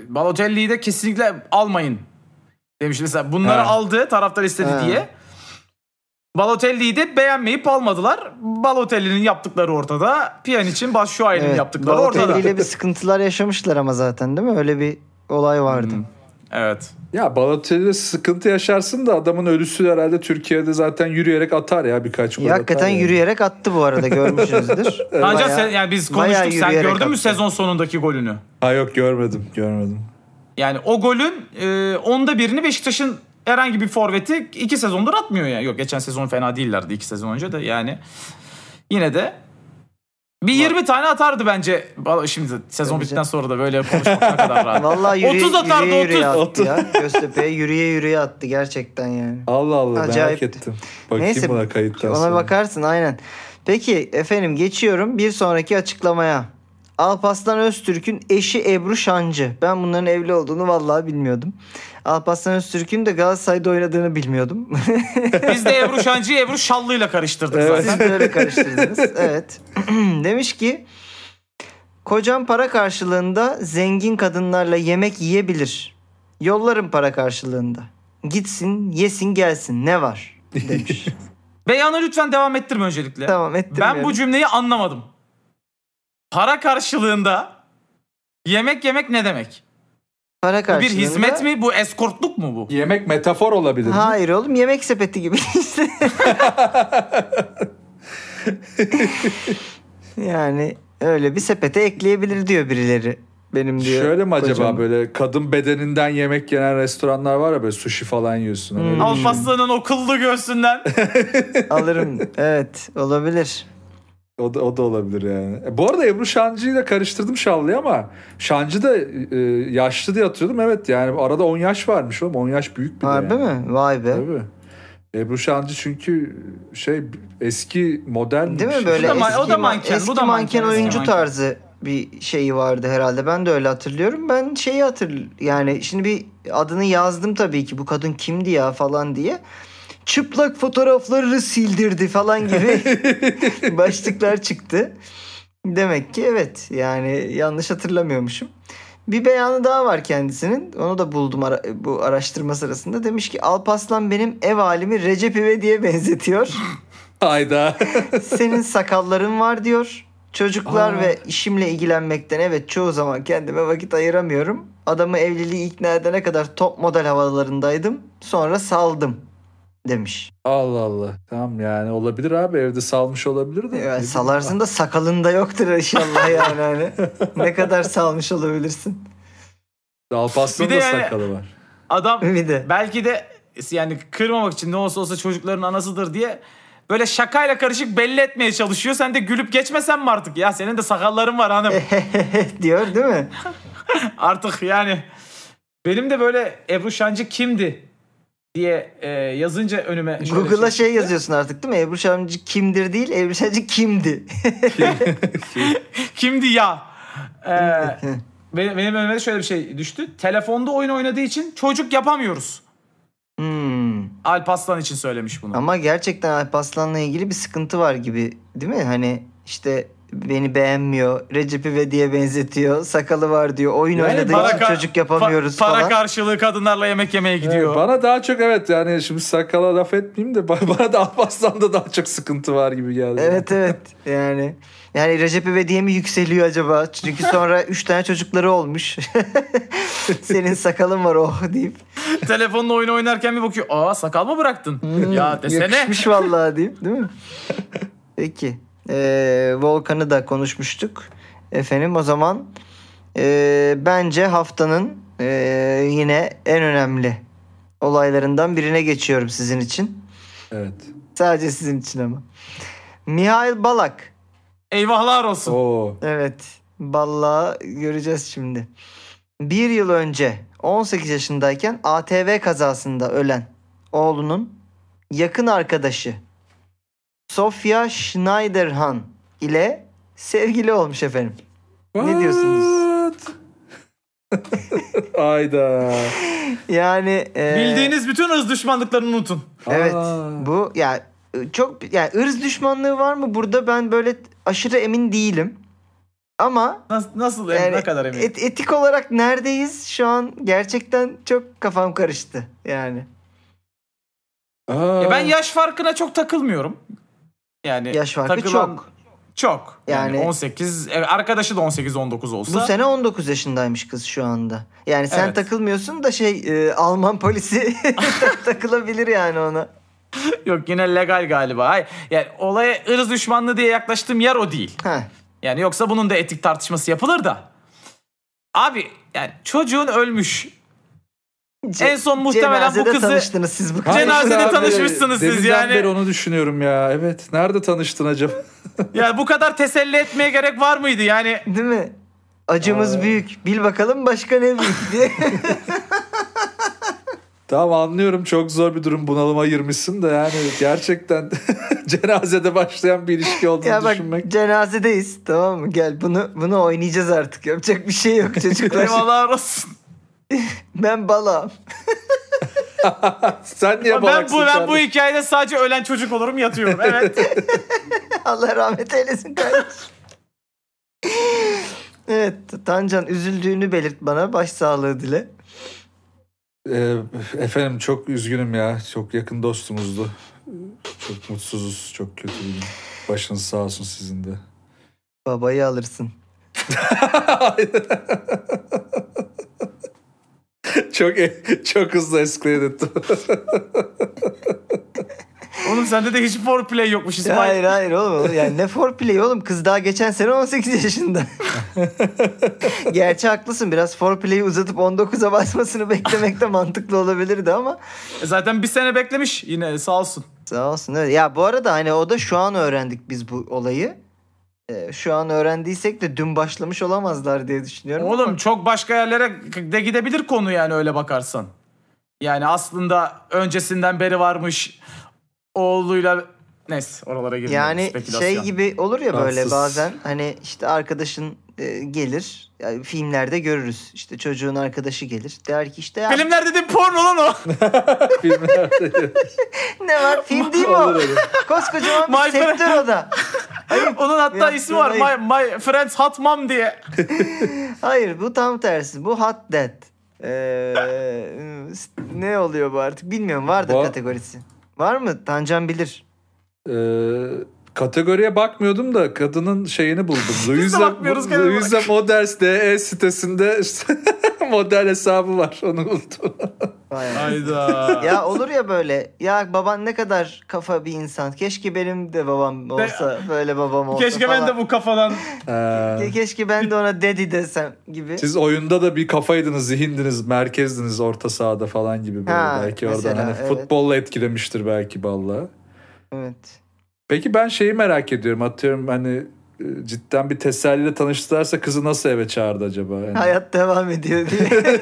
C: Balotelli'yi de kesinlikle almayın demiş. Mesela bunları
B: He.
C: aldı taraftar istedi
A: He.
C: diye. Balotelli'yi de beğenmeyip almadılar. Balotelli'nin yaptıkları ortada. Pjanic'in Batshuayi'nin
A: Evet,
C: yaptıkları
A: Balotelli
C: ortada.
A: ile bir sıkıntılar yaşamışlar ama zaten değil mi? Öyle bir olay vardı.
B: Hmm.
C: Evet.
B: Ya Balotelli'de sıkıntı yaşarsın da adamın ölüsü herhalde Türkiye'de zaten yürüyerek atar ya birkaç gol
A: Ya, hakikaten
B: atar yani.
A: yürüyerek attı bu arada
B: <laughs>
A: görmüşsünüzdür.
C: Ancak
A: Bayağı-
C: sen, yani biz
A: bayağı
C: konuştuk. Sen
A: yürüyerek
C: gördün mü
A: attı.
C: sezon sonundaki golünü?
B: Ha yok görmedim görmedim.
C: Yani o golün e, onda birini Beşiktaş'ın herhangi bir forveti iki sezondur atmıyor ya. Yok geçen sezon fena değillerdi iki sezon önce de yani. Yine de bir 20 tane atardı bence. Vallahi Şimdi sezon
A: Bence-
C: bittikten sonra da böyle konuşmak ne kadar
A: <laughs>
C: rahat.
A: Vallahi yürüye
C: 30 atardı,
A: yürüye, yürüye
C: 30.
A: attı ya. Göztepe'ye yürüye yürüye attı gerçekten yani.
B: Allah Allah merak
A: Acayipti.
B: ettim. Bakayım
A: Neyse,
B: buna kayıttan
A: Ona
B: sonra.
A: bakarsın aynen. Peki efendim geçiyorum bir sonraki açıklamaya. Alpaslan Öztürk'ün eşi Ebru Şancı. Ben bunların evli olduğunu vallahi bilmiyordum. Alpaslan Öztürk'ün de Galatasaray'da oynadığını bilmiyordum. <laughs>
C: <laughs> Biz de Ebru Şancı'yı Ebru Şallı'yla karıştırdık
B: Evet.
C: zaten.
A: Siz
B: <laughs>
A: böyle karıştırdınız. Evet. <clears throat> Demiş ki kocam para karşılığında zengin kadınlarla yemek yiyebilir. Yollarım para karşılığında. Gitsin, yesin, gelsin. Ne
B: <laughs>
A: var? Demiş.
C: Beyanı lütfen devam ettirme öncelikle.
A: tamam ettim.
C: Ben bu cümleyi anlamadım. Para karşılığında yemek yemek ne demek?
A: Para
C: Bu bir
A: karşılığında-
C: hizmet mi? Bu eskortluk mu bu?
B: Yemek metafor olabilir. mi?
A: Hayır oğlum yemek sepeti gibi <laughs> işte. yani öyle bir sepete ekleyebilir diyor birileri. Benim diyor.
B: Şöyle mi acaba
A: kocam.
B: böyle kadın bedeninden yemek yenen restoranlar var ya böyle sushi falan yiyorsun.
A: Hmm.
B: Hani öyle-
C: Alparslan'ın o kıllı göğsünden.
A: Alırım. Evet olabilir.
B: O da, o da olabilir yani. E, bu arada Ebru Şancı'yı da karıştırdım Şallı'yı ama Şancı da e, yaşlı diye hatırlıyordum. Evet yani arada 10 yaş varmış oğlum. 10 yaş büyük bir de
A: Harbi
B: yani.
A: mi? Vay be.
B: Tabii. Ebru Şancı çünkü şey eski model
A: Değil mi böyle
C: O da ma-
A: eski,
C: o da manken, bu
A: eski
C: da
A: manken,
C: manken, eski
A: oyuncu
C: manken.
A: tarzı bir şeyi vardı herhalde. Ben de öyle hatırlıyorum. Ben şeyi hatır yani şimdi bir adını yazdım tabii ki bu kadın kimdi ya falan diye. Çıplak fotoğraflarını sildirdi falan gibi başlıklar çıktı. Demek ki evet yani yanlış hatırlamıyormuşum. Bir beyanı daha var kendisinin. Onu da buldum ara- bu araştırma sırasında. Demiş ki Alpaslan benim ev halimi Recep İvedik'e benzetiyor.
B: Hayda.
A: Senin sakalların var diyor. Çocuklar
B: Aa.
A: ve işimle ilgilenmekten evet çoğu zaman kendime vakit ayıramıyorum. Adamı evliliği ikna edene kadar top model havalarındaydım. Sonra saldım demiş.
B: Allah Allah. Tamam yani olabilir abi evde salmış olabilir de. Ne
A: Yani
B: bileyim.
A: salarsın da sakalında yoktur inşallah yani. Hani. ne kadar salmış olabilirsin.
B: Alparslan'ın
C: Bir de
B: da
C: yani-
B: sakalı var.
C: Adam
A: <laughs> Bir de.
C: belki de yani kırmamak için ne olsa olsa çocukların anasıdır diye böyle şakayla karışık belli etmeye çalışıyor. Sen de gülüp geçmesen mi artık? Ya senin de sakalların var
A: <laughs>
C: hanım.
A: diyor değil mi?
C: artık yani benim de böyle Ebru Şancı kimdi diye e, yazınca önüme şöyle
A: Google'a
C: çıktı.
A: şey yazıyorsun artık değil mi? Ebru Şamcı kimdir değil, Ebru Şamcı kimdi?
C: <laughs>
A: <laughs>
C: Kimdi ya?
A: <laughs>
C: Ee, benim, benim önüme de şöyle bir şey düştü. Telefonda oyun oynadığı için çocuk yapamıyoruz.
A: Hmm.
C: Alparslan için söylemiş bunu.
A: Ama gerçekten Alparslan'la ilgili bir sıkıntı var gibi değil mi? Hani işte beni beğenmiyor, Recep İvedik'e benzetiyor, sakalı var diyor, oyun
B: Yani
A: oynadığı
B: para
A: için
C: ka-
A: çocuk yapamıyoruz
C: pa- para
A: falan.
C: karşılığı kadınlarla yemek yemeye gidiyor.
B: Evet, bana daha çok evet yani şimdi sakala laf etmeyeyim de <laughs> ba- bana da Alparslan'da daha çok sıkıntı var gibi geldi.
A: evet evet yani. Yani Recep İvedik'e mi yükseliyor acaba? Çünkü
C: <laughs>
A: sonra 3 tane çocukları olmuş. <laughs> Senin sakalın var oh deyip.
C: Telefonla oyun oynarken bir bakıyor. Aa sakal mı bıraktın? ya desene.
A: Hmm, Yakışmış vallahi deyip değil mi? <laughs> Peki. Ee, Volkan'ı da konuşmuştuk. Efendim o zaman ee, bence haftanın ee, yine en önemli olaylarından birine geçiyorum sizin için.
B: Evet.
A: Sadece sizin için ama. Mihail Balak.
C: Eyvahlar olsun.
B: Oo.
A: Evet. Vallahi göreceğiz şimdi. Bir yıl önce 18 yaşındayken ATV kazasında ölen oğlunun yakın arkadaşı Sofia Schneiderhan ile sevgili olmuş efendim. Ne diyorsunuz?
B: <laughs> What? Ayda.
A: Yani e,
C: Bildiğiniz bütün ırz düşmanlıklarını unutun.
A: Evet.
B: Aa.
A: Bu ya çok yani ırz düşmanlığı var mı burada ben böyle aşırı emin değilim. Ama
C: Nasıl, nasıl
A: Yani
C: ne kadar emin?
A: et- etik olarak neredeyiz şu an gerçekten çok kafam karıştı yani.
B: Aa.
C: Ya E, ben yaş farkına çok takılmıyorum. Yani
A: Ee. Yaş farkı
C: takılan-
A: çok.
C: Çok. Yani,
A: Yani-
C: 18 e, arkadaşı da 18 19 olsa.
A: Bu sene 19 yaşındaymış kız şu anda. Yani sen
C: Evet.
A: takılmıyorsun da şey e, Alman polisi <laughs> tak- takılabilir yani ona.
C: Yok yine legal galiba. Hayır. Yani olaya ırz düşmanlığı diye yaklaştığım yer o değil.
A: Ha.
C: Yani yoksa bunun da etik tartışması yapılır da. Abi yani çocuğun ölmüş. En son muhtemelen bu
A: Cenazede
C: kızı-
A: tanıştınız siz bu kızla.
C: Hayır. Cenazede
B: abi,
C: tanışmışsınız siz
B: deminden
C: yani.
B: beri onu düşünüyorum ya. Evet. Nerede tanıştın acaba?
C: Yani bu kadar teselli etmeye gerek var mıydı? Yani
A: Değil mi? Acımız
B: Aa.
A: büyük. Bil bakalım başka ne büyük diye.
B: tamam anlıyorum çok zor bir durum bunalıma girmişsin de yani gerçekten <laughs> cenazede başlayan bir ilişki olduğunu
A: ya bak
B: düşünmek.
A: cenazedeyiz tamam mı? Gel bunu bunu oynayacağız artık. Yapacak bir şey yok çocuklar.
C: eyvallah olsun.
A: <laughs> ben balam. <laughs>
B: Sen niye
C: ben
B: balaksın
C: bu ben bu
B: kardeşim?
C: hikayede sadece ölen çocuk olurum yatıyorum.
A: <laughs>
C: Evet.
A: Allah rahmet eylesin kardeşim. evet Tancan üzüldüğünü belirt bana. Başsağlığı dile.
B: Ee, efendim çok üzgünüm ya. Çok yakın dostumuzdu. Çok mutsuzuz, çok kötü bir gün. Başınız sağ olsun sizin de. <laughs>
A: Babayı alırsın.
B: çok çok hızlı escalate ettim.
C: Oğlum sende de hiç foreplay yokmuş İsmail.
A: Hayır hayır oğlum. Yani ne foreplay oğlum? Kız daha geçen sene 18 yaşında. Gerçi haklısın. Biraz foreplay'i uzatıp 19'a basmasını beklemek de mantıklı olabilirdi ama
C: E Zaten bir sene beklemiş yine sağ olsun.
A: Sağ olsun. Evet. Ya bu arada hani o da şu an öğrendik biz bu olayı. Ee, şu an öğrendiysek de dün başlamış olamazlar diye düşünüyorum.
C: Oğlum çok başka yerlere de gidebilir konu yani öyle bakarsan. Yani aslında öncesinden beri varmış oğluyla neyse oralara girmiyoruz.
A: Yani
C: Spekülasyon.
A: şey gibi olur ya böyle
B: Fransız.
A: bazen hani işte arkadaşın e, gelir yani filmlerde görürüz işte çocuğun arkadaşı gelir der ki işte ya,
C: Filmler dedim porno lan o.
B: Filmlerde.
A: ne
C: <laughs>
A: var film değil mi
B: Olur
A: o
B: öyle.
A: koskocaman bir
C: My friend-
A: sektör o da
C: Onun hatta
A: Yaptığın
C: ismi var.
A: ayıp.
C: My, my friends hot mom diye.
A: hayır bu tam tersi bu hot dead Ee, ne oluyor bu artık bilmiyorum vardır
B: Bu-
A: kategorisi var mı Tancan bilir
B: <laughs> Ee, kategoriye bakmıyordum da kadının şeyini buldum.
C: Biz de
B: Louisa,
C: bakmıyoruz kategoriye.
B: Louisa Models DE sitesinde <laughs> işte model hesabı var. Onu buldum.
A: Vay
C: Hayda.
A: <laughs> Ya olur ya böyle. Ya baban ne kadar kafa bir insan. Keşke benim de babam olsa. böyle babam olsa
C: Keşke ben de bu kafadan.
B: Ee,
A: Keşke ben de ona dedi desem gibi.
B: siz oyunda da bir kafaydınız, zihindiniz, merkezdiniz orta sahada falan gibi böyle.
A: Ha,
B: belki oradan
A: mesela,
B: hani
A: evet.
B: futbolla etkilemiştir belki vallahi.
A: Evet.
B: Peki ben şeyi merak ediyorum. Atıyorum hani e, cidden bir teselliyle tanıştılarsa kızı nasıl eve çağırdı acaba? Hani Yani
A: Hayat devam ediyor diye.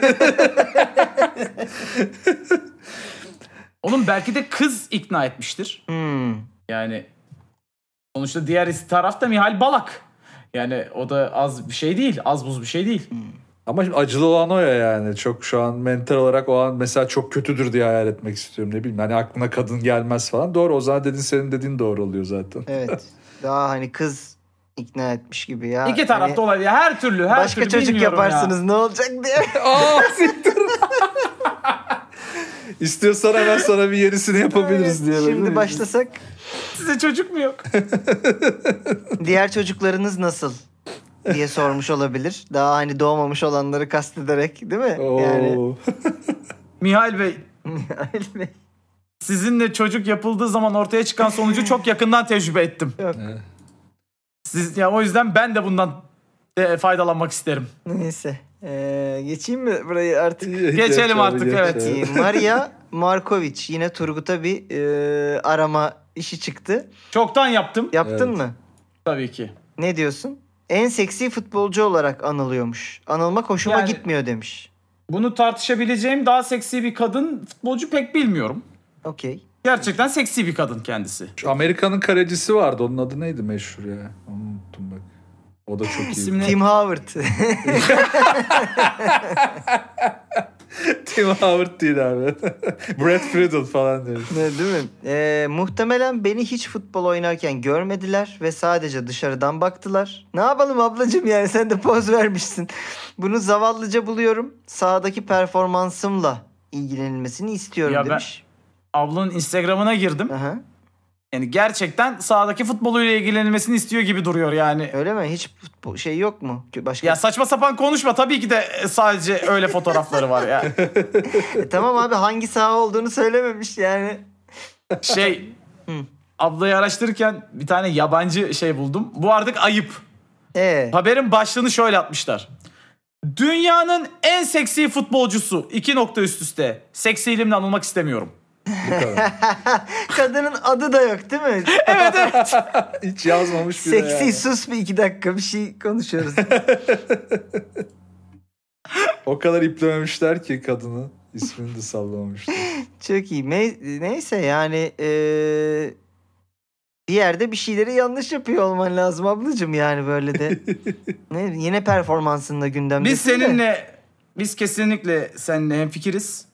A: <laughs>
C: Oğlum belki de kız ikna etmiştir.
A: Hmm.
C: Yani sonuçta diğer tarafta Mihal Balak. Yani o da az bir şey değil. Az buz bir şey değil.
B: Ama şimdi acılı olan o ya yani. Çok şu an mental olarak o an mesela çok kötüdür diye hayal etmek istiyorum. Ne bileyim hani aklına kadın gelmez falan. Doğru o zaman dedin senin dediğin doğru oluyor zaten.
A: Evet. Daha hani kız ikna etmiş gibi ya.
C: İki tarafta
A: Hani
C: olabilir. Her türlü. Her
A: Başka
C: türlü
A: çocuk
C: bilmiyorum ya.
A: yaparsınız ne olacak
C: <laughs>
A: diye.
B: Aa siktir. İstiyorsan hemen sana bir yenisini yapabiliriz diye.
A: Şimdi başlasak.
C: Size çocuk mu yok?
A: Diğer çocuklarınız nasıl? diye sormuş olabilir. Daha hani doğmamış olanları kastederek değil mi?
B: Oo.
A: Yani. <laughs>
B: <laughs>
C: Mihal Bey sizinle çocuk yapıldığı zaman ortaya çıkan sonucu çok yakından tecrübe ettim.
A: Yok.
C: Siz ya o yüzden ben de bundan e, faydalanmak isterim.
A: Neyse. Ee, geçeyim mi burayı artık?
C: Geçelim
B: Geç abi,
C: artık,
B: geç
C: <laughs> evet.
B: abi.
A: Ee, Maria Markovic yine Turgut'a bir e, arama işi çıktı.
C: Çoktan yaptım
A: Yaptın
B: Evet.
A: mı?
C: tabii ki.
A: Ne diyorsun? En seksi futbolcu olarak anılıyormuş. Anılmak hoşuma
C: Yani-
A: gitmiyor demiş.
C: Bunu tartışabileceğim daha seksi bir kadın futbolcu pek bilmiyorum.
A: Okey.
C: Gerçekten seksi bir kadın kendisi.
B: Şu Amerika'nın kalecisi vardı. Onun adı neydi meşhur ya? Onu unuttum bak. O da çok iyi.
C: İsimli-
A: Tim Howard.
B: <laughs>
A: <laughs>
B: Tim Howard değil abi. <laughs> Brad Friedel falan diyor.
A: Ne, Değil mi? Ee, muhtemelen beni hiç futbol oynarken görmediler ve sadece dışarıdan baktılar. Ne yapalım ablacığım yani sen de poz vermişsin. Bunu zavallıca buluyorum. Sahadaki performansımla ilgilenilmesini istiyorum
C: Ya ben-
A: demiş.
C: Ablanın Instagram'ına girdim.
A: Aha.
C: Yani gerçekten sahadaki futboluyla ilgilenilmesini istiyor gibi duruyor yani.
A: Öyle mi? Hiç futbol- şey yok mu? Başka
C: Ya saçma sapan konuşma tabii ki de e, sadece öyle fotoğrafları var ya.
A: E tamam abi hangi saha olduğunu söylememiş yani.
C: Şey ablayı araştırırken bir tane yabancı şey buldum. Bu artık ayıp.
A: E
C: Haberin başlığını şöyle atmışlar. Dünyanın en seksi futbolcusu. iki nokta üst üste. Seksi ilimle anılmak istemiyorum.
B: Bu kadar.
A: kadının adı da yok değil mi?
B: Hiç yazmamış bile
A: Seksi
B: yani.
A: sus bir iki dakika bir şey konuşuyoruz.
B: O kadar iplememişler ki kadını. İsmini de sallamamışlar.
A: Çok iyi. Me- neyse yani e, bir yerde bir şeyleri yanlış yapıyor olman lazım ablacığım yani böyle
B: <laughs>
A: de. ne, yine performansında gündemde.
C: Biz seninle biz kesinlikle seninle hemfikiriz.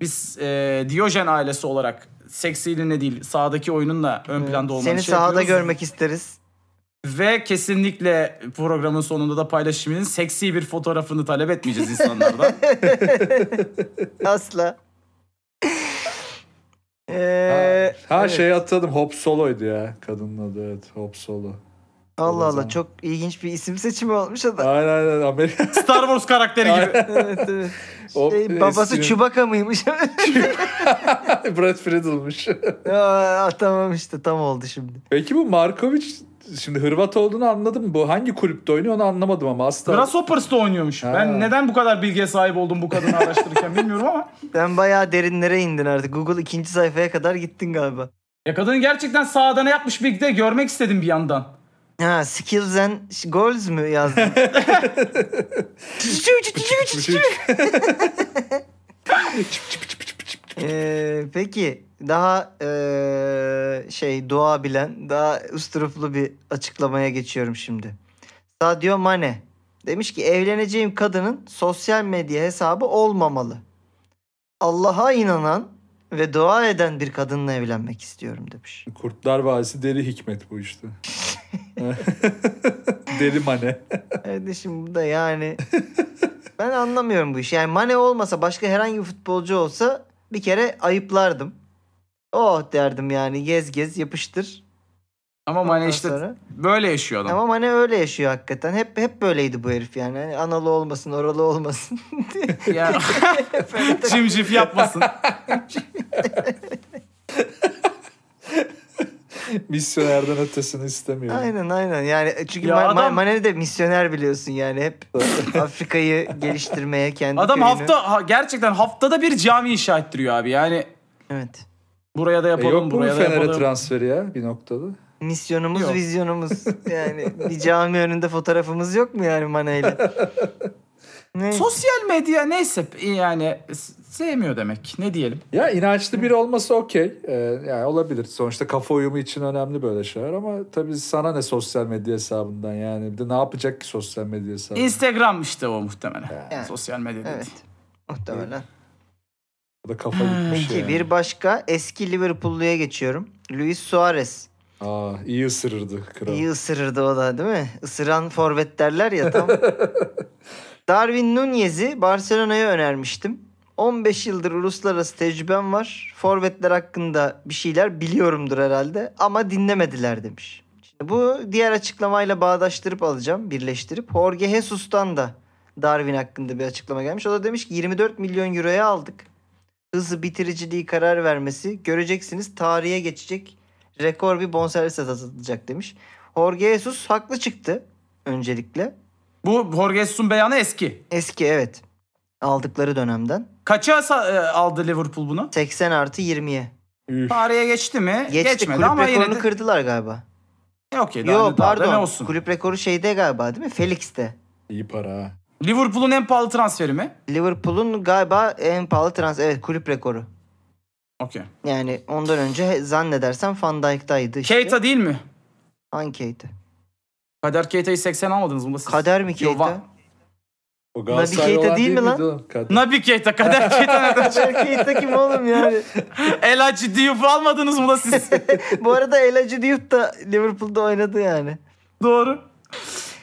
C: Biz e, Diyojen ailesi olarak seksi ilimle değil sahadaki oyununla ön planda olmanı
A: Seni
C: şey
A: sahada
C: yapıyoruz.
A: görmek isteriz.
C: Ve kesinlikle programın sonunda da paylaşımının seksi bir fotoğrafını talep etmeyeceğiz insanlardan.
A: <laughs>
C: <laughs>
A: Asla.
B: Ha,
A: Ee,
B: ha
A: evet. Ee,
B: şey atladım. Hop Solo'ydu ya. Kadının adı evet. Hop Solo.
A: Allah
B: O
A: Allah
B: zaman.
A: çok ilginç bir isim seçimi olmuş
B: <laughs>
A: adam.
B: Aynen aynen Amerika.
C: Star Wars karakteri gibi.
A: evet, evet.
B: O
A: Şey, babası
B: eskinin-
A: Çubaka mıymış? <laughs>
B: Brad Friedel'mış. <laughs>
A: Aa, tamam işte tam oldu şimdi.
B: Peki bu Markovic şimdi Hırvat olduğunu anladım. Bu hangi kulüpte oynuyor onu anlamadım ama asla.
C: Grasshoppers'ta oynuyormuş.
B: Ha.
C: Ben neden bu kadar bilgiye sahip oldum bu kadını araştırırken bilmiyorum ama.
A: Sen bayağı derinlere indin artık. Google ikinci sayfaya kadar gittin galiba.
C: Ya kadın gerçekten sahada ne yapmış bir de görmek istedim bir yandan.
A: Ha skills and goals mü yazdın?
B: şey
A: Ee, peki daha ee, şey doğa bilen daha usturuplu bir açıklamaya geçiyorum şimdi. Sadio Mane demiş ki evleneceğim kadının sosyal medya hesabı olmamalı. Allah'a inanan ve dua eden bir kadınla evlenmek istiyorum demiş.
B: Kurtlar Vadisi deli hikmet bu
A: <laughs>
B: işte. deli mane.
A: Kardeşim bu da yani ben anlamıyorum bu işi. Yani Mane olmasa başka herhangi bir futbolcu olsa bir kere ayıplardım. Oh derdim yani gez gez yapıştır.
C: Ama hani
A: Ondan
C: işte
A: sonra-
C: böyle yaşıyor adam.
A: Ama Mane öyle yaşıyor hakikaten. Hep hep böyleydi bu herif yani. Hani analı olmasın, oralı olmasın. <laughs>
C: Ya. <laughs> Cimcif yapmasın.
B: Misyonerden ötesini istemiyor.
A: aynen aynen. Yani e, çünkü
C: Ya
A: Ma- Ma-
C: adam-
A: Mane de misyoner biliyorsun yani hep Afrika'yı geliştirmeye kendi
C: Adam
A: köyünü-
C: hafta ha- gerçekten haftada bir cami inşa ettiriyor abi. Yani
A: Evet.
C: buraya da
B: E
C: yapalım,
B: yok mu bu
C: buraya da
B: Fener'e
C: yapalım.
B: transferi ya bir noktada?
A: Misyonumuz,
C: Yok.
A: vizyonumuz. Yani bir cami önünde fotoğrafımız yok mu yani Mane'yle? Ne?
C: Sosyal medya neyse e, yani s- sevmiyor demek. Ne diyelim?
B: Ya inançlı biri olması okey. Ee, yani olabilir. Sonuçta kafa uyumu için önemli böyle şeyler ama tabii sana ne sosyal medya hesabından yani. Bir de ne yapacak ki sosyal medya hesabı?
C: Instagram işte o muhtemelen.
A: Yani.
C: Sosyal medya değil.
A: Evet. Muhtemelen.
B: O da kafa gitmiş
A: Peki
B: Şey yani.
A: bir başka eski Liverpool'luya geçiyorum. Luis Suarez.
B: Aa, iyi ısırırdı kral.
A: İyi ısırırdı o da değil mi? Isıran forvet derler ya tam. Darwin Nunez'i Barcelona'ya önermiştim. 15 yıldır uluslararası tecrübem var. Forvetler hakkında bir şeyler biliyorumdur herhalde ama dinlemediler demiş. Şimdi bu diğer açıklamayla bağdaştırıp alacağım, birleştirip. Jorge Jesus'tan da Darwin hakkında bir açıklama gelmiş. O da demiş ki 24 milyon euroya aldık. Hızlı bitiriciliği karar vermesi göreceksiniz tarihe geçecek rekor bir bonservis satılacak demiş. Jorge Jesus haklı çıktı öncelikle.
C: Bu Jorge Jesus'un beyanı eski.
A: Eski evet aldıkları dönemden.
C: Kaça sa- e, aldı Liverpool bunu?
A: 80 artı 20'ye.
B: Üf.
C: Tarihe geçti mi?
A: Geçti
C: Geçmedi
A: kulüp
C: ama yine
A: rekorunu
C: de...
A: kırdılar galiba.
C: E, okey, daha- daha
A: Yo
C: da
A: pardon
C: ne olsun?
A: kulüp rekoru şeyde galiba değil mi? Felix'te.
B: İyi para ha.
C: Liverpool'un en pahalı transferi mi?
A: Liverpool'un galiba en pahalı trans evet kulüp rekoru.
C: Okey.
A: Yani ondan önce he- zannedersem Van Dijk'taydı işte.
C: Keita değil mi?
A: Hangi Keita?
C: Kader Keita'yı 80 almadınız mı da siz?
A: Kader mi Keita?
C: Yo, va-
B: O
A: Nabi
B: Galatasaray
A: Keita
B: olan
A: değil
B: değil
A: mi
B: mi
A: lan?
B: lan?
C: Nabi Keita, Kader Keita nereden?
A: Kader Keita kim oğlum yani?
C: <laughs> El Hacı Diop almadınız mı
A: <laughs>
C: da siz?
A: Bu arada El Hacı Diop da Liverpool'da oynadı yani.
C: doğru.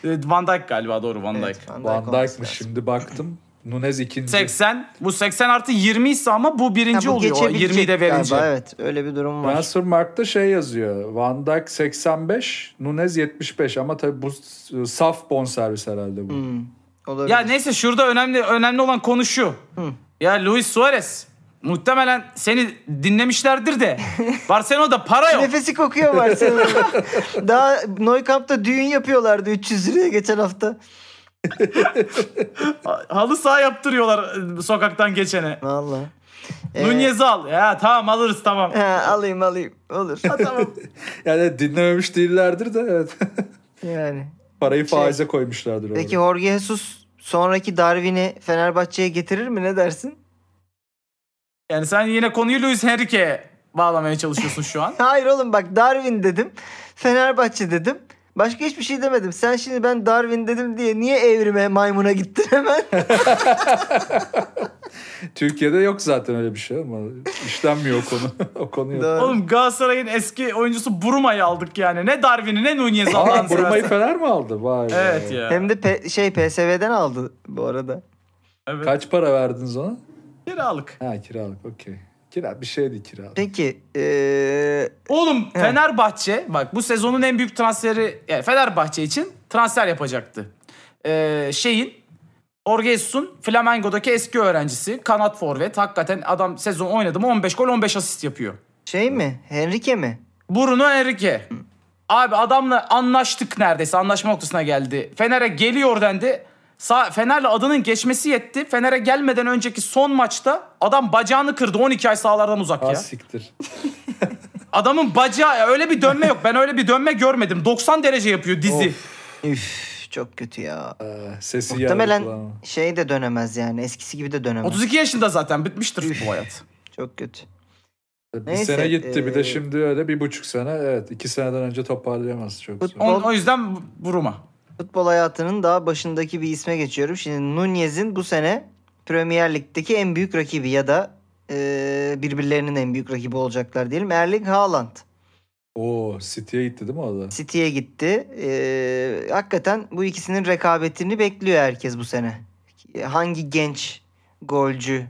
C: E, Van Dijk galiba doğru Van Dijk.
A: Evet, Van Dijk
B: Van
A: olması
B: Dijk'mış
A: lazım.
B: şimdi baktım. Nunez ikinci.
C: 80. Bu 80 artı 20 ise ama bu birinci
A: Ya bu
C: oluyor.
A: geçebilecek
C: 20'yi de verince.
A: Galiba, evet öyle bir durum var.
B: Transfermarkt'ta şey yazıyor. Van Dijk 85, Nunez 75 ama tabii bu s- saf bonservis herhalde bu.
A: Hmm, olabilir.
C: Ya neyse şurada önemli önemli olan konu şu. Ya Luis Suarez muhtemelen seni dinlemişlerdir de
A: <laughs>
C: Barcelona'da para yok.
A: Nefesi kokuyor <laughs> Barcelona'da. Daha Nou Camp'ta düğün yapıyorlardı 300 liraya geçen hafta.
C: Halı saha yaptırıyorlar e, sokaktan geçene.
A: Vallahi. Ee,
C: Nunez'i al. Ya tamam alırız tamam.
A: He, alayım alayım. Olur.
C: tamam.
B: Yani dinlememiş değillerdir de evet.
A: <laughs>
B: <laughs>
A: yani.
B: Parayı
A: Şey-
B: faize koymuşlardır orada.
A: Peki Jorge Jesus sonraki Darwin'i Fenerbahçe'ye getirir mi ne dersin?
C: Yani sen yine konuyu Luis Enrique'ye bağlamaya çalışıyorsun şu an.
A: Hayır oğlum bak Darwin dedim. Fenerbahçe dedim. Başka hiçbir şey demedim. Sen şimdi ben Darwin dedim diye niye evrime maymuna gittin hemen?
B: Türkiye'de yok zaten öyle bir şey ama işlenmiyor o konu. <laughs> o konu
A: <laughs>
B: yok.
A: Doğru.
C: Oğlum Galatasaray'ın eski oyuncusu Buruma'yı aldık yani. Ne Darwin'i ne Nunez'i Allah'ını
B: Aa, Burmayı
C: seversen.
B: Fener mi aldı? Vay be.
C: Evet ya.
A: Hem de P- şey PSV'den aldı bu arada.
C: Evet.
B: Kaç para verdiniz ona?
C: Kiralık.
B: Ha kiralık okey. Kira bir şeydi kira.
A: Peki eee,
C: Oğlum
A: He.
C: Fenerbahçe bak bu sezonun en büyük transferi yani Fenerbahçe için transfer yapacaktı. Ee, şeyin Orgesus'un Flamengo'daki eski öğrencisi kanat forvet. Hakikaten adam sezon oynadı mı 15 gol 15 asist yapıyor.
A: şey mi? Henrique mi?
C: Bruno Henrique. Abi adamla anlaştık neredeyse. Anlaşma noktasına geldi. Fener'e geliyor dendi. Sa- Fener'le adının geçmesi yetti. Fener'e gelmeden önceki son maçta adam bacağını kırdı. 12 ay sahalardan uzak
B: Ha
C: ya.
B: siktir.
C: Adamın bacağı öyle bir dönme yok. Ben öyle bir dönme görmedim. 90 derece yapıyor dizi.
A: Üf çok kötü ya.
B: Ee, sesi geldi
A: Muhtemelen
B: kulağıma.
A: şey de dönemez yani. Eskisi gibi de dönemez.
C: 32 yaşında zaten bitmiştir bu hayat.
A: Çok kötü.
B: Bir
A: Neyse,
B: sene gitti bir
A: ee,
B: de şimdi öyle bir buçuk sene. Evet iki seneden önce toparlayamaz çok zor.
A: Futbol-
C: On- o yüzden buruma.
A: Futbol hayatının daha başındaki bir isme geçiyorum. Şimdi Nunez'in bu sene Premier Lig'deki en büyük rakibi ya da eee, birbirlerinin en büyük rakibi olacaklar diyelim. Erling Haaland.
B: Oo City'ye gitti değil
A: <laughs>
B: mi o da?
A: City'ye gitti. Ee, hakikaten bu ikisinin rekabetini bekliyor herkes bu sene. Hangi genç golcü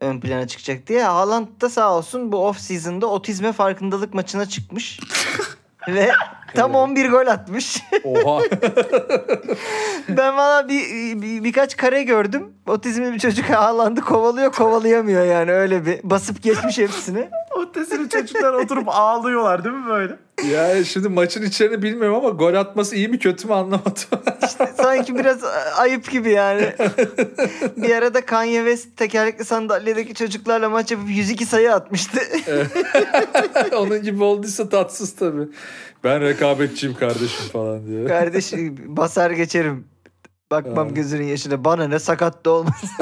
A: ön plana çıkacak diye. Haaland da sağ olsun bu off season'da otizme farkındalık maçına çıkmış. Ve tam
B: Evet.
A: 11 gol atmış.
B: Oha.
A: ben valla bir, bir- birkaç kare gördüm. Otizmli bir çocuk Haaland'ı kovalıyor kovalayamıyor yani öyle bir. Basıp geçmiş hepsini.
C: Otesini çocuklar oturup ağlıyorlar değil mi böyle?
B: yani şimdi maçın içeriğini bilmiyorum ama gol atması iyi mi kötü mü anlamadım. <laughs>
A: Sanki biraz e, ayıp gibi yani. bir arada Kanye West tekerlekli sandalyedeki çocuklarla maç yapıp 102 sayı atmıştı. <laughs>
B: Onun gibi olduysa tatsız tabii. Ben rekabetçiyim kardeşim falan diye.
A: Kardeş basar geçerim. Bakmam
B: Evet.
A: gözünün yaşına. Bana ne sakat da olmaz.
B: <laughs>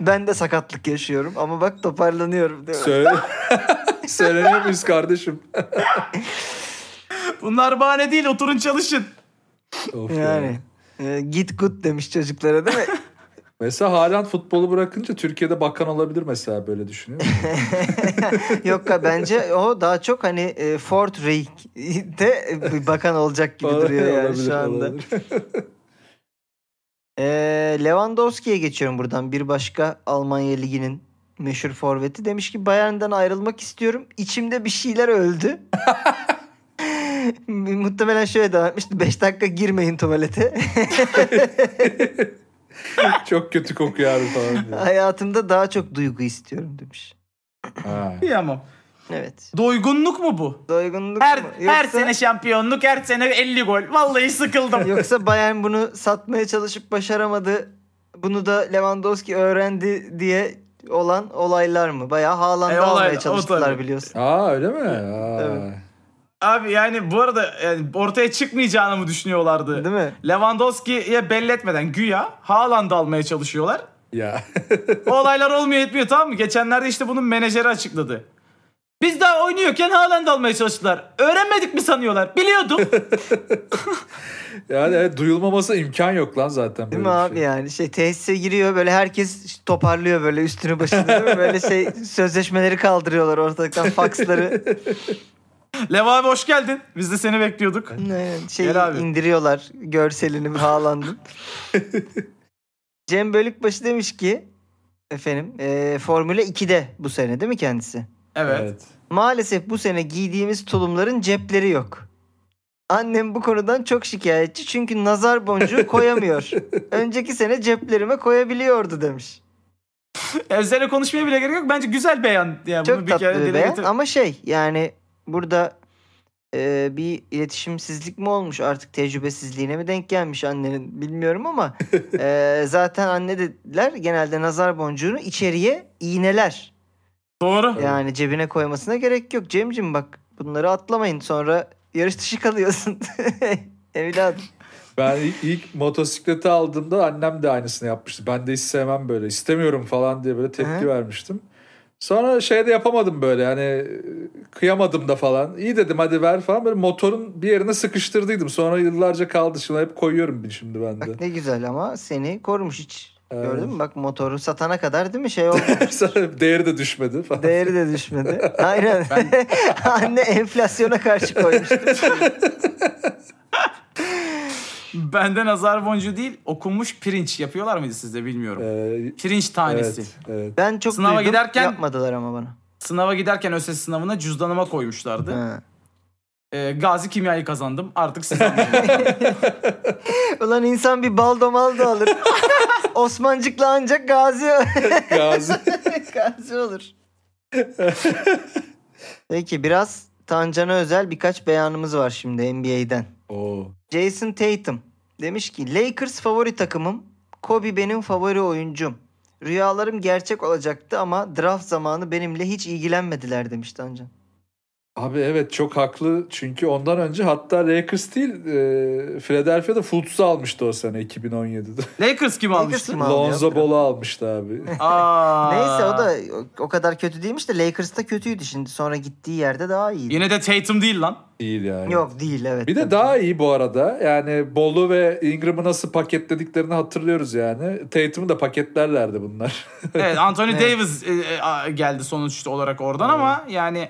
A: ben de sakatlık yaşıyorum ama bak toparlanıyorum. Değil mi?
B: Söyle. <laughs> Söyleniyor muyuz kardeşim?
C: Bunlar bahane değil oturun çalışın.
B: Of ya.
A: Yani. e, git gut demiş çocuklara
B: <laughs>
A: değil mi?
B: Mesela halen futbolu bırakınca Türkiye'de bakan olabilir mesela böyle
A: <laughs>
B: düşünüyor musun?
A: Yok ya bence o daha çok hani e, Fort Reik'te bakan olacak gibi duruyor yani
B: Olabilir,
A: şu anda.
B: olabilir. <laughs>
A: Ee, Lewandowski'ye geçiyorum buradan. Bir başka Almanya Ligi'nin meşhur forveti. Demiş ki Bayern'den ayrılmak istiyorum. İçimde bir şeyler öldü. <laughs> Muhtemelen şöyle devam etmişti. 5 dakika girmeyin tuvalete. <laughs>
B: Çok kötü kokuyor abi falan diye.
A: Hayatımda daha çok duygu istiyorum demiş.
B: Ha.
C: Kıyamam.
A: Evet.
C: Doygunluk mu bu?
A: Doygunluk
C: Her,
A: mu?
C: her sene şampiyonluk, her sene 50 gol. Vallahi
A: <laughs>
C: sıkıldım.
A: Yoksa Bayern bunu satmaya çalışıp başaramadı. Bunu da Lewandowski öğrendi diye olan olaylar mı? Bayağı Haaland'ı
C: E, olay-
A: almaya
C: o
A: çalıştılar
C: tabii.
A: biliyorsun.
B: Aa öyle mi? Aa.
A: Evet.
C: Abi yani bu arada yani ortaya çıkmayacağını mı düşünüyorlardı?
A: Değil mi?
C: Lewandowski'ye belli etmeden güya Haaland'ı almaya çalışıyorlar.
B: Ya. <laughs>
C: O olaylar olmuyor etmiyor tamam mı? Geçenlerde işte bunun menajeri açıkladı. Biz daha oynuyorken Haaland'ı almaya çalıştılar. Öğrenmedik mi sanıyorlar? Biliyordum.
A: <laughs>
B: Yani evet, duyulmaması imkan yok lan zaten.
A: Değil mi
B: böyle bir
A: abi
B: şey.
A: yani şey tesise giriyor böyle herkes toparlıyor böyle üstünü başını değil mi? böyle
B: <laughs>
A: şey sözleşmeleri kaldırıyorlar ortalıktan faksları
C: Lev abi hoş geldin. Biz de seni bekliyorduk.
A: şey
C: Gel abi.
A: indiriyorlar görselini
B: <laughs>
A: Haaland'ın. Cem Bölükbaşı demiş ki efendim e, Formula 2'de bu sene değil mi kendisi?
C: Evet.
B: Evet.
A: Maalesef bu sene giydiğimiz tulumların cepleri yok. Annem bu konudan çok şikayetçi çünkü nazar boncuğu
B: <laughs>
A: koyamıyor. Önceki sene ceplerime koyabiliyordu demiş.
C: Özele konuşmaya bile gerek yok. Bence güzel beyan. Yani
A: Çok
C: bunu bir
A: tatlı
C: kere
A: bir
C: dile
A: beyan
C: getir.
A: ama şey yani burada e, bir iletişimsizlik mi olmuş artık tecrübesizliğine mi denk gelmiş annenin bilmiyorum ama
C: <laughs>
A: e, zaten anne dediler genelde nazar boncuğunu içeriye iğneler.
C: Doğru.
A: Yani cebine koymasına gerek yok Cemcim bak bunları atlamayın sonra yarış dışı kalıyorsun. <laughs> Evladım.
B: Ben ilk, ilk motosikleti aldığımda annem de aynısını yapmıştı. Ben de hiç sevmem böyle istemiyorum falan diye böyle tepki
A: Hı.
B: vermiştim. Sonra şey de yapamadım böyle yani e, kıyamadım da falan. İyi dedim hadi ver falan böyle motorun bir yerine sıkıştırdıydım. Sonra yıllarca kaldı şimdi hep koyuyorum bir şimdi ben de. <laughs>
A: Bak ne güzel ama seni korumuş hiç. Gördün
B: Evet.
A: mü? Bak motoru satana kadar değil mi şey oldu.
B: Sonra Değeri de düşmedi falan.
A: Değeri de düşmedi. Aynen. <laughs> Anne enflasyona karşı koymuştu.
C: Benden azar boncuğu değil okunmuş pirinç yapıyorlar mıydı sizde bilmiyorum.
B: Ee,
C: Pirinç tanesi.
B: evet, evet.
A: Ben çok
C: Sınava
A: duydum,
C: giderken-
A: yapmadılar ama bana.
C: Sınava giderken ÖSS sınavına cüzdanıma koymuşlardı.
A: Ha.
C: Ee, gazi kimyayı kazandım artık
A: <laughs>
C: siz anlayın.
A: Ulan insan bir baldo maldo
C: <laughs>
A: alır. Osmancıkla ancak gazi
B: Gazi.
A: gazi olur. Peki biraz Tancan'a özel birkaç beyanımız var şimdi NBA'den.
B: <laughs> Oo.
A: Jason Tatum demiş ki Lakers favori takımım. Kobe benim favori oyuncum. Rüyalarım gerçek olacaktı ama draft zamanı benimle hiç ilgilenmediler demiş Tancan.
B: Abi evet çok haklı çünkü ondan önce hatta Lakers değil e, Philadelphia'da Fultz'u almıştı o sene 2017'de.
C: Lakers kim almıştı?
A: kim aldı ya?
B: Lonzo Ball'u almıştı abi.
C: Aa.
A: Neyse o da o- o kadar kötü değilmiş de Lakers'ta kötüydü şimdi. Sonra gittiği yerde daha iyi.
C: Yine de Tatum değil lan.
B: değil yani.
A: Yok değil evet.
B: Bir de
A: tabii.
B: daha iyi bu arada. Yani Ball'u ve Ingram'ı nasıl paketlediklerini hatırlıyoruz yani. Tatum'u da paketlerlerdi bunlar.
C: Evet
A: <laughs>
C: Anthony
A: Evet.
C: Davis e, e, a- geldi sonuç olarak oradan ama yani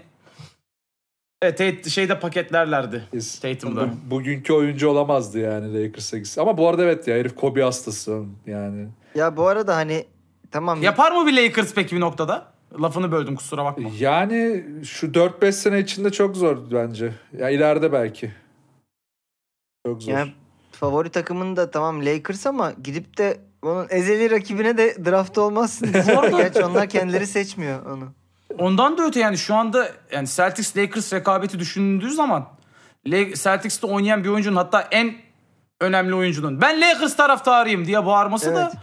C: evet Tate- şeyde paketlerlerdi.
B: Biz-
C: Tatum'da.
B: Bu- Bugünkü oyuncu olamazdı yani Lakers'a gitse. Ama bu arada evet ya herif Kobe hastası yani.
A: Ya bu arada hani tamam
C: Yapar mı bir Lakers peki bir noktada? Lafını böldüm kusura bakma.
B: Yani şu 4-5 sene içinde çok zor bence. Ya ileride belki. Çok zor.
A: Yani favori takımın da tamam Lakers ama gidip de onun ezeli rakibine de draft olmazsın. Gerçi onlar kendileri seçmiyor onu.
C: Ondan da öte yani şu anda yani Celtics Lakers rekabeti düşündüğü zaman Le- Celtics'te oynayan bir oyuncunun hatta en önemli oyuncunun ben Lakers taraftarıyım diye bağırması da
A: Evet.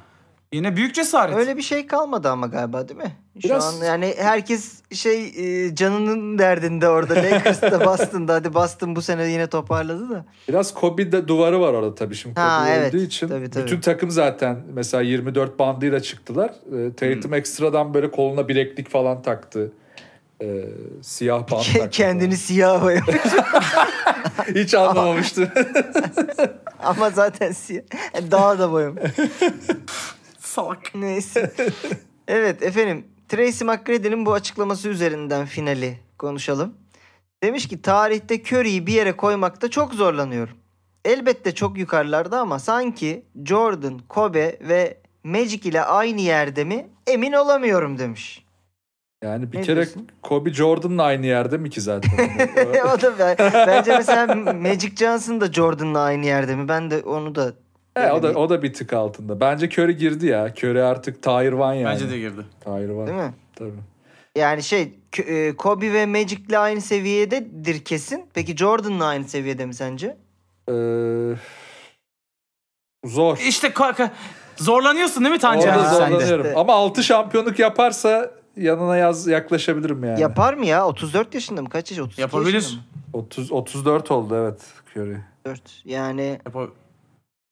C: yine büyük cesaret.
A: Öyle bir şey kalmadı ama galiba değil mi? Şu
B: Biraz-
A: an yani herkes şey e, canının derdinde orada Lakers'ta Boston'da hadi Boston bu sene yine toparladı da.
B: Biraz Kobe de duvarı var orada tabii şimdi Kobe
A: Ha, evet.
B: öldüğü için.
A: Tabii, tabii.
B: Bütün takım zaten mesela 24 bandıyla çıktılar. Ee, Tatum
C: Hmm.
B: ekstradan böyle koluna bileklik falan taktı. Ee, siyah band taktı.
A: Kendini siyah boyamış <laughs>
B: falan. <laughs> Hiç anlamamıştı.
A: ama zaten siyah. Daha da boyamış.
C: Salak.
A: Neyse. evet efendim. Tracy McGrady'nin bu açıklaması üzerinden finali konuşalım. Demiş ki tarihte Curry'i bir yere koymakta çok zorlanıyorum. Elbette çok yukarılarda ama sanki Jordan, Kobe ve Magic ile aynı yerde mi emin olamıyorum demiş.
B: yani bir
A: <laughs> Ne
B: kere
A: diyorsun?
B: Kobe Jordan'la aynı yerde mi ki zaten?
A: <laughs> o da ben- bence mesela Magic Johnson da Jordan'la aynı yerde mi? Ben de onu da
B: He, E, o da o da bir tık altında. Bence Curry girdi ya. Curry artık Tahirvan yani.
C: Bence de girdi.
B: Tahirvan.
A: değil mi?
B: Tabii.
A: Yani şey K- e, Kobe ve Magic'le aynı seviyededir kesin. Peki Jordan'la aynı seviyede mi sence?
B: Ee, zor.
C: İşte ka- ka- zorlanıyorsun değil mi Tancan
B: Orada
A: Orada
C: sen de?
B: zorlanıyorum.
A: İşte.
B: Ama 6 şampiyonluk yaparsa yanına yaz yaklaşabilirim yani.
A: Yapar mı ya? 34 yaşında mı? Kaç yaş? 32
C: Yapabilir.
A: yaşında mı?
B: 30 34 oldu evet Curry.
A: 4. Yani
C: Yapabilir.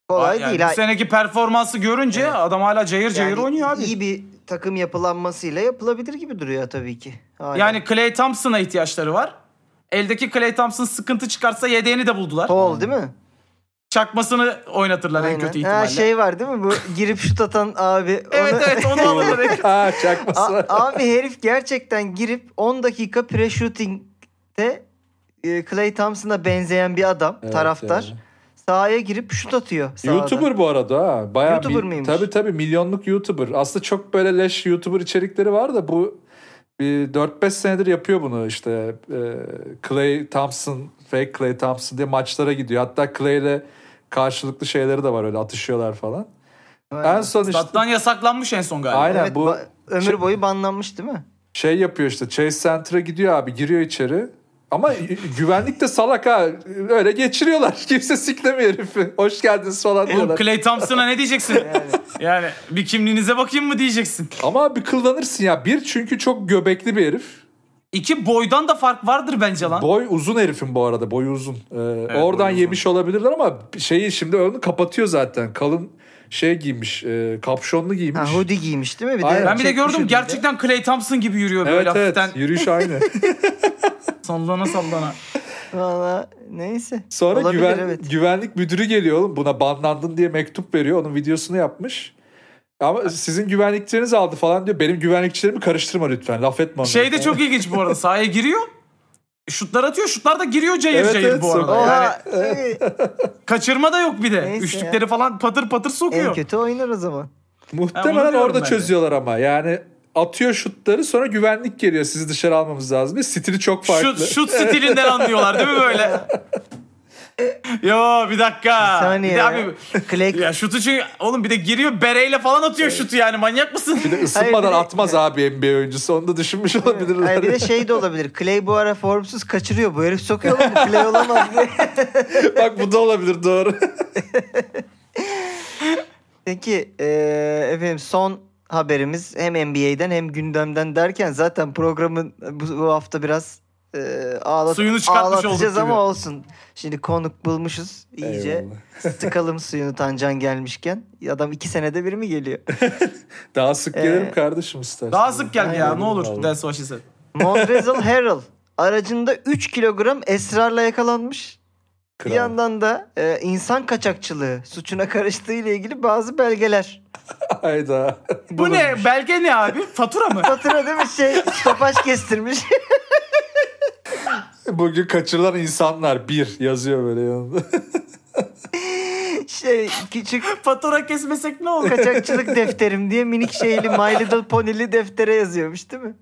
A: kolay
C: Yani
A: değil.
C: bu
A: ha.
C: seneki performansı görünce
A: Evet.
C: adam hala cayır
A: Yani
C: cayır oynuyor abi.
A: İyi bir takım yapılanmasıyla yapılabilir gibi duruyor tabii ki. Hala.
C: Yani Clay Thompson'a ihtiyaçları var. Eldeki Clay Thompson sıkıntı çıkarsa yedeğini de buldular.
A: Paul değil mi?
C: Çakmasını oynatırlar en
A: Aynen.
C: kötü
A: ha,
C: ihtimalle.
A: şey var değil mi? Bu girip şut atan abi.
C: Evet
A: Onu-
C: evet onu alırlar.
B: <laughs> ha çakması.
A: A- abi herif gerçekten girip 10 dakika pre-shooting'de e, Clay Thompson'a benzeyen bir adam,
B: Evet
A: taraftar.
B: yani.
A: Sahaya girip şut atıyor. sahadan.
B: YouTuber bu arada ha. Bayağı
A: YouTuber
B: mil-
A: miymiş?
B: Tabii tabii milyonluk YouTuber. Aslında çok böyle leş YouTuber içerikleri var da bu bir 4-5 senedir yapıyor bunu işte Ee, Clay Thompson, fake Clay Thompson diye maçlara gidiyor. Hatta Clay ile karşılıklı şeyleri de var öyle atışıyorlar falan.
A: Aynen.
B: En son işte
C: Stat'tan yasaklanmış en son galiba.
B: Aynen.
A: Evet,
B: bu-
A: ba- ömür
B: şey-
A: boyu banlanmış değil mi?
B: şey yapıyor işte Chase Center'a gidiyor abi giriyor içeri. Ama güvenlik de salak ha. Öyle geçiriyorlar. <laughs> Kimse siklemiyor herifi. Hoş geldiniz falan
C: Oğlum
B: diyorlar.
C: Clay Thompson'a ne diyeceksin? yani bir kimliğinize bakayım mı diyeceksin.
B: Ama abi kıllanırsın ya. Bir çünkü çok göbekli bir herif.
C: İki boydan da fark vardır bence lan.
B: Boy uzun herifin bu arada. Boyu uzun. Ee, oradan
C: boyu uzun.
B: yemiş olabilirler ama şeyi şimdi onu kapatıyor zaten. Kalın şey giymiş. e, kapşonlu giymiş.
A: Ha, hoodie giymiş değil mi? Bir
B: Aynen.
C: ben bir de
A: çekmiş
C: gördüm
A: hoodie'yi de.
C: gerçekten Clay Thompson gibi yürüyor böyle
B: evet evet.
C: hafiften
B: Yürüyüş
C: <laughs>
B: aynı.
C: sallana sallana.
A: Valla neyse.
B: Sonra
A: Olabilir,
B: güven-
A: evet.
B: güvenlik müdürü geliyor oğlum buna banlandın diye mektup veriyor. Onun videosunu yapmış. Ama sizin güvenlikçileriniz aldı falan diyor. Benim güvenlikçilerimi karıştırma lütfen. Laf etme onlara.
C: Şey de
B: falan.
C: çok ilginç bu arada sahaya giriyor. şutlar atıyor. Şutlar da giriyor cayır
B: Evet,
C: cayır
B: evet,
C: bu arada.
B: sokuyor.
C: Yani
A: Oha.
B: e-
A: ee,
C: kaçırma da yok bir de.
A: Neyse
C: Üçlükleri falan patır patır
A: en
C: sokuyor.
A: kötü oynar o zaman.
C: Ha,
B: <laughs>
C: onu
B: Muhtemelen
C: diyorum
B: orada
C: ben de.
B: çözüyorlar ama yani atıyor şutları sonra güvenlik geliyor sizi dışarı almamız lazım diye. Stili çok farklı.
C: Şut, şut stilinden anlıyorlar değil mi böyle? Yo bir dakika.
A: Bir saniye
C: bir de
A: ya.
C: abi
A: Clay-
C: ya şutu çünkü oğlum bir de giriyor bereyle falan atıyor şutu yani
B: <laughs>
C: manyak mısın?
B: Isınmadan
A: Hayır, bir de-
B: atmaz abi NBA oyuncusu. Onu da düşünmüş olabilirler.
A: Ay bir de şey de olabilir. Clay bu ara formsuz kaçırıyor. Bu herif sokuyor mu? Clay olamaz diye. şey-
B: <laughs> Bak bu da olabilir doğru.
A: Peki e, efendim son haberimiz hem NBA'den hem gündemden derken zaten programın bu, bu hafta biraz e, ağlat,
C: Suyunu çıkartmış olduk
A: ağlatacağız
C: gibi.
A: ama olsun. Şimdi konuk bulmuşuz. <laughs> İyice
C: <laughs>
A: sıkalım suyunu Tancan gelmişken. Adam iki senede bir mi geliyor?
B: Daha sık
A: Ee,
B: gelirim kardeşim istersen.
C: Daha sık gel ya
A: Aynen.
C: ne olur.
B: Vallahi.
C: That's what she said.
A: Montrezl <laughs> Harrell aracında 3 kilogram esrarla yakalanmış.
B: Kral.
A: Bir yandan da e, insan kaçakçılığı suçuna karıştığı ile ilgili bazı belgeler.
B: Hayda.
C: Bu ne? Belge
B: <laughs>
C: ne abi? Fatura mı?
A: Fatura değil mi
C: <laughs>
A: şey stopaj kestirmiş. <laughs>
B: Bugün kaçırılan insanlar bir yazıyor böyle yanında. <laughs>
A: şey küçük
C: Fatura kesmesek
B: <laughs>
C: ne olur?
A: kaçakçılık defterim diye minik şeyli My Little Pony'li deftere yazıyormuş değil mi?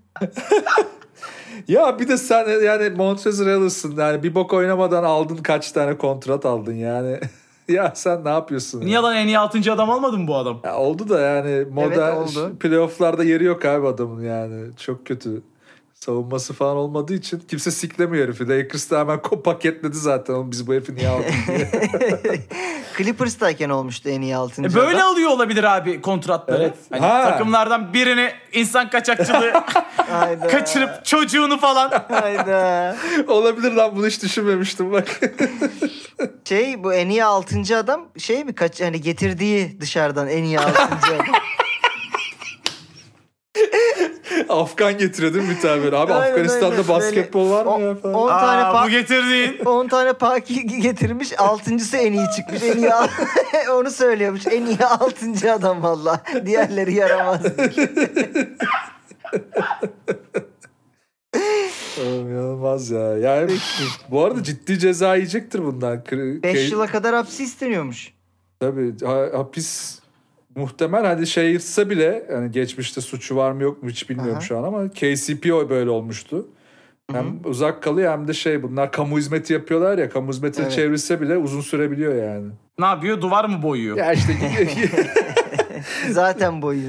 B: ya bir de sen yani Montrezl Harrell'sın. Yani bir bok oynamadan aldın kaç tane kontrat aldın yani. <laughs> ya sen ne yapıyorsun?
C: Niye lan en iyi 6. adam almadın bu adam? E
B: Ya oldu da yani modern
A: oldu.
B: playofflarda yeri yok abi adamın yani. Çok kötü. Savunması falan olmadığı için kimse siklemiyor herifi. Lakers da hemen ko- paketledi zaten. Oğlum biz bu herifi
A: <laughs>
B: niye aldık diye.
A: Clippers'tayken olmuştu en iyi 6.
C: E böyle alıyor olabilir abi kontratları.
B: Evet.
C: Hani
B: Ha.
C: takımlardan birini insan kaçakçılığı
B: <laughs>
A: Hayda.
C: kaçırıp çocuğunu falan.
A: Hayda.
B: <laughs> Olabilir lan bunu hiç düşünmemiştim bak. <laughs>
A: Şey bu en iyi 6. adam şey mi kaç hani getirdiği dışarıdan en iyi 6. adam.
B: <laughs> Afgan getiriyor değil mi bir tane böyle? Abi
A: Aynen,
B: Afganistan'da
A: aynen.
B: basketbol var mı
A: Böyle
B: ya falan?
A: o- o- 10 tane
C: Aa,
A: pa-
C: bu
B: <laughs>
C: getirdiğin.
A: 10 tane paki getirmiş. Altıncısı en iyi çıkmış. En iyi al- <laughs> onu söylüyormuş. En iyi 6. adam valla. Diğerleri yaramaz.
B: Oğlum inanılmaz ya. Yani bu arada ciddi ceza yiyecektir bundan. Kri-
A: 5
B: Kay-
A: yıla kadar hapsi isteniyormuş.
B: Tabii ha- hapis muhtemel hani şey yırtsa bile yani geçmişte suçu var mı yok mu hiç bilmiyorum
A: Aha.
B: şu an ama KCP o böyle olmuştu. Hem uzak kalıyor hem de şey bunlar kamu hizmeti yapıyorlar ya kamu hizmetini
A: Evet.
B: çevirse bile uzun sürebiliyor yani.
C: Ne yapıyor? Duvar mı boyuyor?
A: <laughs>
B: Ya işte
A: Zaten boyu.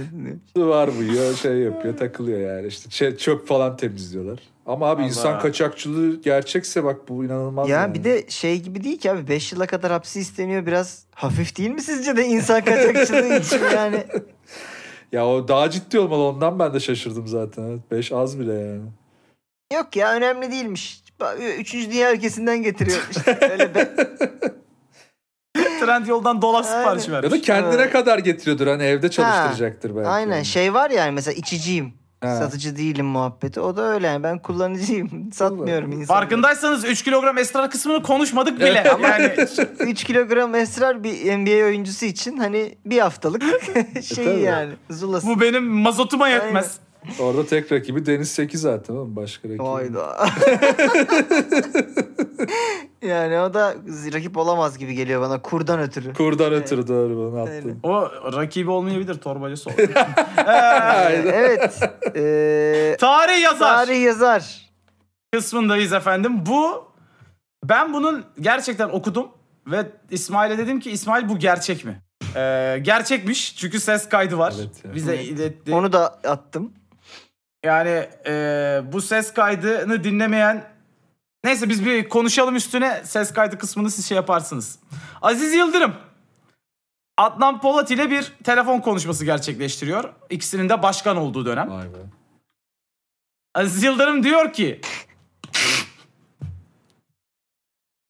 B: var bu şey yapıyor takılıyor yani işte çö- çöp falan temizliyorlar. Ama abi
C: Allah.
B: insan kaçakçılığı gerçekse bak bu inanılmaz.
A: Ya
B: yani.
A: bir de şey gibi değil ki abi 5 yıla kadar hapsi isteniyor biraz hafif değil mi sizce de insan kaçakçılığı için
B: <laughs>
A: yani?
B: Ya o daha ciddi olmalı ondan ben de şaşırdım zaten. Evet, Beş az bile yani.
A: Yok ya önemli değilmiş. Üçüncü dünya ülkesinden getiriyor. İşte öyle be-
C: Trend yoldan dolap siparişi
B: Ya
C: vermiş.
B: da kendine
A: Evet.
B: kadar getiriyordur hani evde çalıştıracaktır <laughs> belki.
A: Aynen şey var yani mesela içiciyim.
B: Ha.
A: Satıcı değilim muhabbeti. O da öyle yani. Ben kullanıcıyım. Satmıyorum insanı.
C: Farkındaysanız 3 kilogram esrar kısmını konuşmadık bile. yani
B: <laughs>
A: 3 kilogram esrar bir NBA oyuncusu için hani bir
B: <laughs>
A: haftalık <laughs> şey
B: E, tabii.
A: yani. Zulası.
C: bu benim mazotuma yetmez.
B: Orada tek rakibi Deniz Seki zaten oğlum başka rakibi.
A: Hayda. <laughs> yani o da rakip olamaz gibi geliyor bana. Kurdan ötürü.
B: Kurdan ötürü doğru bunu
A: Aynen.
B: attın.
C: O rakibi olmayabilir torbacısı olur. <laughs>
A: evet.
B: <laughs>
A: Ee,
C: Tarih yazar
A: tarih yazar.
C: kısmındayız efendim. Bu ben bunun gerçekten okudum ve İsmail'e dedim ki İsmail bu gerçek mi? Ee, gerçekmiş çünkü ses kaydı var.
B: Evet ya.
C: Bize
A: Evet.
C: iletti.
A: Onu da attım.
C: Yani e, bu ses kaydını dinlemeyen neyse biz bir konuşalım üstüne ses kaydı kısmını siz şey yaparsınız. Aziz Yıldırım Adnan Polat ile bir telefon konuşması gerçekleştiriyor. İkisinin de başkan olduğu dönem.
B: Vay be.
C: Aziz Yıldırım diyor ki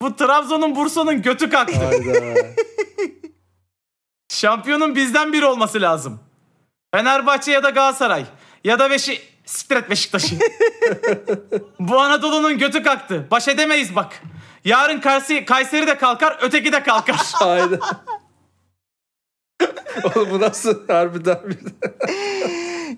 C: Bu Trabzon'un Bursa'nın götü kalktı.
B: Hayda.
C: Şampiyonun bizden biri olması lazım. Fenerbahçe ya da Galatasaray ya da Beşi... Siktir et Beşiktaş'ı. Bu Anadolu'nun götü kalktı. Baş edemeyiz bak. Yarın Kayseri, Kayseri de kalkar, öteki de kalkar.
B: <laughs> Hayda. Oğlum bu nasıl harbiden bir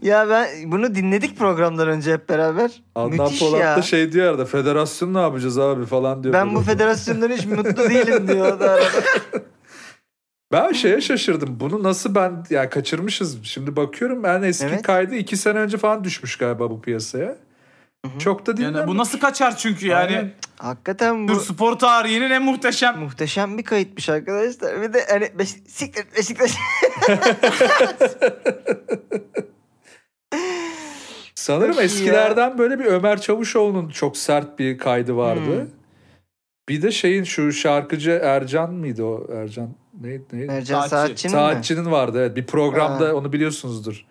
A: Ya ben bunu dinledik programdan önce hep beraber.
B: Adnan
A: Müthiş
B: Polat
A: ya.
B: da şey diyor arada federasyon ne yapacağız abi falan diyor.
A: ben bu
B: böyle.
A: federasyondan hiç mutlu değilim diyor. o da
B: <laughs>
A: arada.
B: Ben şeye şaşırdım. Bunu nasıl ben ya kaçırmışız. Şimdi bakıyorum ben eski
A: Evet.
B: kaydı iki sene önce falan düşmüş galiba bu piyasaya. Çok da dinlenmiş.
C: Yani bu nasıl kaçar çünkü yani.
B: Aynen.
A: Hakikaten
C: Dur
A: bu
C: spor tarihinin en muhteşem.
A: muhteşem bir kayıtmış arkadaşlar. Bir de hani Beş- siktir Beşiktaş.
B: Sanırım
A: Çok iyi ya.
B: eskilerden böyle bir Ömer Çavuşoğlu'nun çok sert bir kaydı vardı.
A: Hmm.
B: Bir de şeyin şu şarkıcı Ercan mıydı o Ercan? Neydi? neydi?
A: Ercan
C: Saatçi.
A: Saatçi'nin mi?
B: Saatçinin vardı evet. Bir programda
A: Ha.
B: onu biliyorsunuzdur.